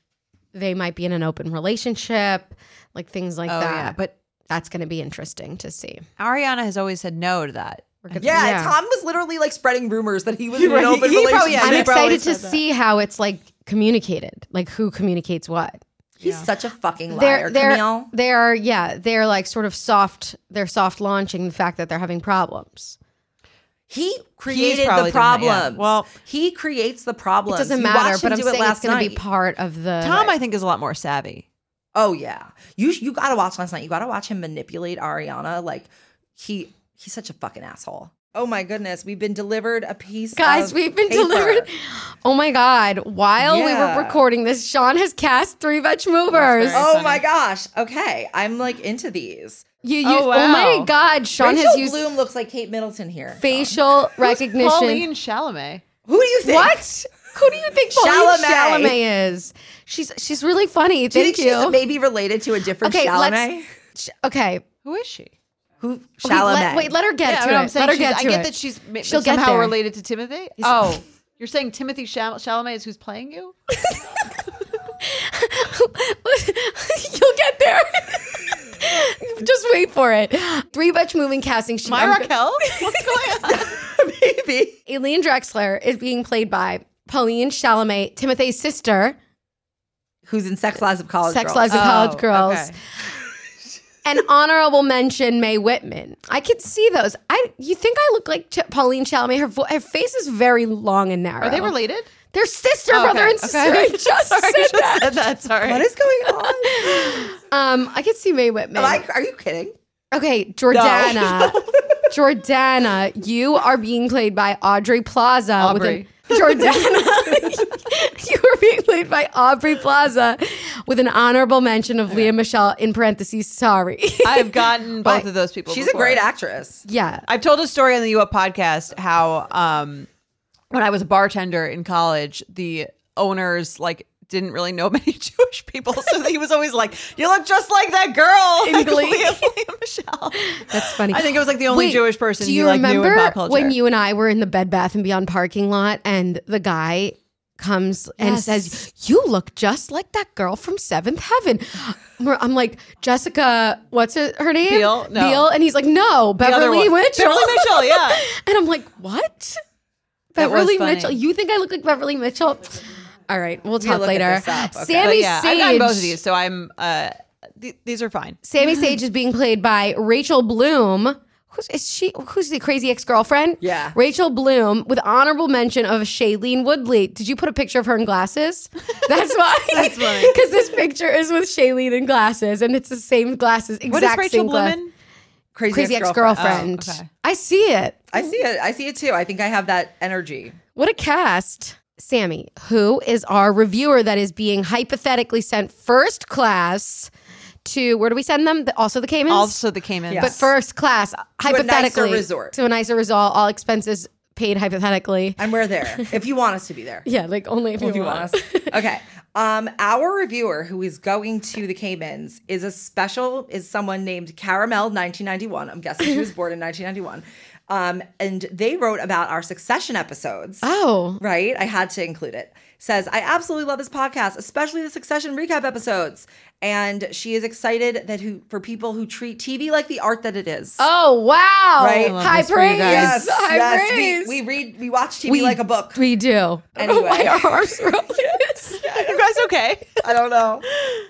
E: they might be in an open relationship, like things like
D: Oh,
E: that.
D: yeah.
E: But that's going to be interesting to see.
D: Ariana has always said no to that.
E: We're gonna-
C: Yeah, Tom oh, was literally like spreading rumors that he was in an
D: Right,
C: open
D: he probably-
C: relationship.
D: yeah,
E: I'm
D: they probably
E: excited to
D: said that.
E: see how it's like communicated, like who communicates what.
C: He's such a fucking
E: They're
C: liar,
E: they're
C: Camille.
E: they're yeah they're like sort of soft. They're soft launching the fact that they're having problems.
C: He created the
D: probably doing that, yeah.
C: problems.
D: Well-
C: he creates the problems.
E: It doesn't
C: You
E: matter,
C: watched him
E: but I'm
C: do it
E: saying
C: last
E: it's going to
C: night.
E: be part of the.
D: Tom, I think, is a lot more savvy.
C: Oh yeah, you you gotta watch last night. You gotta watch him manipulate Ariana. Like he he's such a fucking asshole. Oh my goodness, we've been delivered a piece.
E: Guys,
C: of
E: we've been
C: paper.
E: delivered. Oh my God. While we
C: Yeah.
E: were recording this, Sean has cast three Vetch Movers.
D: That's very-
C: Oh my gosh. Okay, I'm like into these.
E: You, you,
D: Oh,
E: oh,
D: wow.
E: my God. Sean
C: Rachel
E: has used
C: Bloom looks like Kate Middleton here.
E: facial recognition.
D: Pauline Chalamet.
C: Who do you think?
E: What? Who do you think Pauline
C: Chalamet.
E: Chalamet is? She's she's really funny.
C: Do you
E: Thank
C: think she's
E: you.
C: maybe related to a different
E: Okay,
C: Chalamet?
E: let's- Sh- okay.
D: Who is she?
C: Who
E: Okay,
C: Chalamet?
E: let- wait, let her get
D: yeah,
E: to
D: but
E: it.
D: I'm saying
E: let her
D: she's-
E: get to
D: I get
E: it.
D: that she's ma-
E: She'll get
D: somehow
E: there.
D: related to Timothy. Oh, you're saying Timothy Chal- Chalamet is who's playing you?
E: You'll get there. Just wait for it. Three Butch Moving casting. She,
D: My
E: I'm-
D: Raquel? What's going on?
C: maybe.
E: Aileen Drexler is being played by Pauline Chalamet, Timothy's sister,
C: Who's in Sex Lives of College
E: Sex
C: Girls.
E: Lives of College
D: Oh,
E: Girls,
D: okay.
E: and honorable mention Mae Whitman. I could see those. I you think I look like Ch- Pauline Chalamet? Her vo- her face is very long and narrow.
D: Are they related?
E: They're sister,
D: Okay,
E: brother, and sister.
D: okay.
E: I just said that.
D: That's all right.
C: What is going on?
E: Um, I could see Mae Whitman.
C: Am I, are you kidding?
E: Okay, Jordana. Jordana, you are being played by Audrey Plaza.
D: Aubrey.
E: With an, Jordana, you are being played by Aubrey Plaza with an honorable mention of Leah Michelle in parentheses, sorry.
D: I've gotten both of those people.
C: She's
D: before.
C: a great actress.
E: yeah.
D: I've told a story on the U Up podcast how um, when I was a bartender in college, the owners like didn't really know many Jewish people, so he was always like, "You look just like that girl
E: In
D: like
E: Glee.
D: Leah- Leah Michelle."
E: That's funny.
D: I think it was like the only
E: Wait,
D: Jewish person
E: Do
D: he
E: you
D: like knew
E: remember
D: in pop culture.
E: when you and I were in the Bed Bath and Beyond parking lot and the guy comes and
D: Yes.
E: says, "You look just like that girl from Seventh Heaven." We're- I'm like Jessica, what's her, her name?
D: Biel? No.
E: Biel, and he's like, "No,
D: The other
E: Beverly
D: one.
E: Mitchell."
D: Beverly Mitchell, yeah.
E: and I'm like, "What?
D: That was
E: Beverly
D: funny.
E: Mitchell? You think I look like Beverly Mitchell?" All right, we'll talk
C: look
E: later.
C: at this up, okay.
E: Sammy
D: But yeah,
E: Sage.
D: I've gotten both of these, so I'm. Uh, th- these are fine.
E: Sammy Sage is being played by Rachel Bloom. Who's is she? Who's the crazy ex girlfriend?
C: Yeah.
E: Rachel Bloom with honorable mention of Shailene Woodley. Did you put a picture of her in glasses? That's why. That's
D: funny.
E: Because this picture is with Shailene in glasses, and it's the same glasses, exact
D: What is Rachel
E: same glass-
D: Blumen?
C: Crazy,
E: Crazy ex
C: ex-girlfriend.
E: girlfriend.
D: Oh, okay.
E: I see it.
C: I see it. I see it too. I think I have that energy.
E: What a cast. Sammy, who is our reviewer that is being hypothetically sent first class to where do we send them? The- Also the Caymans.
D: Also, the Caymans.
C: Yeah.
E: But first class, hypothetically,
C: nicer resort.
E: to a nicer resort, all expenses paid hypothetically.
C: And we're there if you want us to be there.
E: yeah, like only if,
C: If
E: you
C: you
E: want.
C: want us. Okay. Um, our reviewer who is going to the Caymans is a special, is someone named Caramel 1991. I'm guessing she was born in 1991. Um, and they wrote about our succession episodes.
E: Oh,
C: Right? I had to include it. Says, I absolutely love this podcast, especially the succession recap episodes. And she is excited that who for people who treat TV like the art that it is.
E: oh wow!
C: Right? I love
E: High
D: this for you
E: praise,
D: guys.
C: yes.
E: high
C: yes.
E: praise.
C: We, we read we watch TV
E: We-
C: like a book.
E: We do. I don't know
C: Anyway.
E: why our arms are like this.
D: you guys okay?
C: I don't know.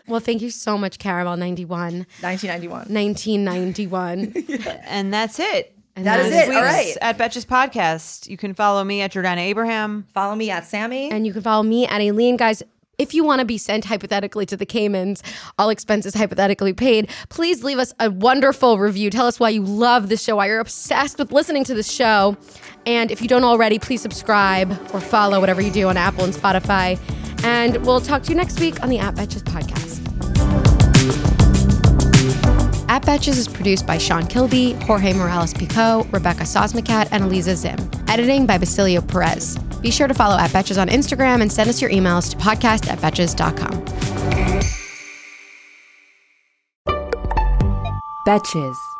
E: Well, thank you so much, Caramel 91,
C: 1991.
E: 1991.
D: And that's it. And
C: That
E: is
D: this
E: it.
D: week's
E: All
C: right.
D: At Betches Podcast. You can follow me at Jordana Abraham.
C: Follow me at Sammy.
E: and you can follow me at Aileen, guys. If you want to be sent hypothetically to the Caymans, all expenses hypothetically paid, please leave us a wonderful review. Tell us why you love this show, why you're obsessed with listening to this show. And if you don't already, please subscribe or follow whatever you do on Apple and Spotify. And we'll talk to you next week on the App Betches podcast. At Betches is produced by Sean Kilby, Jorge Morales Pico, Rebecca Sosmacat, and Aliza Zim. Editing by Basilio Perez. Be sure to follow at Betches on Instagram and send us your emails to podcast at Betches.com.
F: Betches.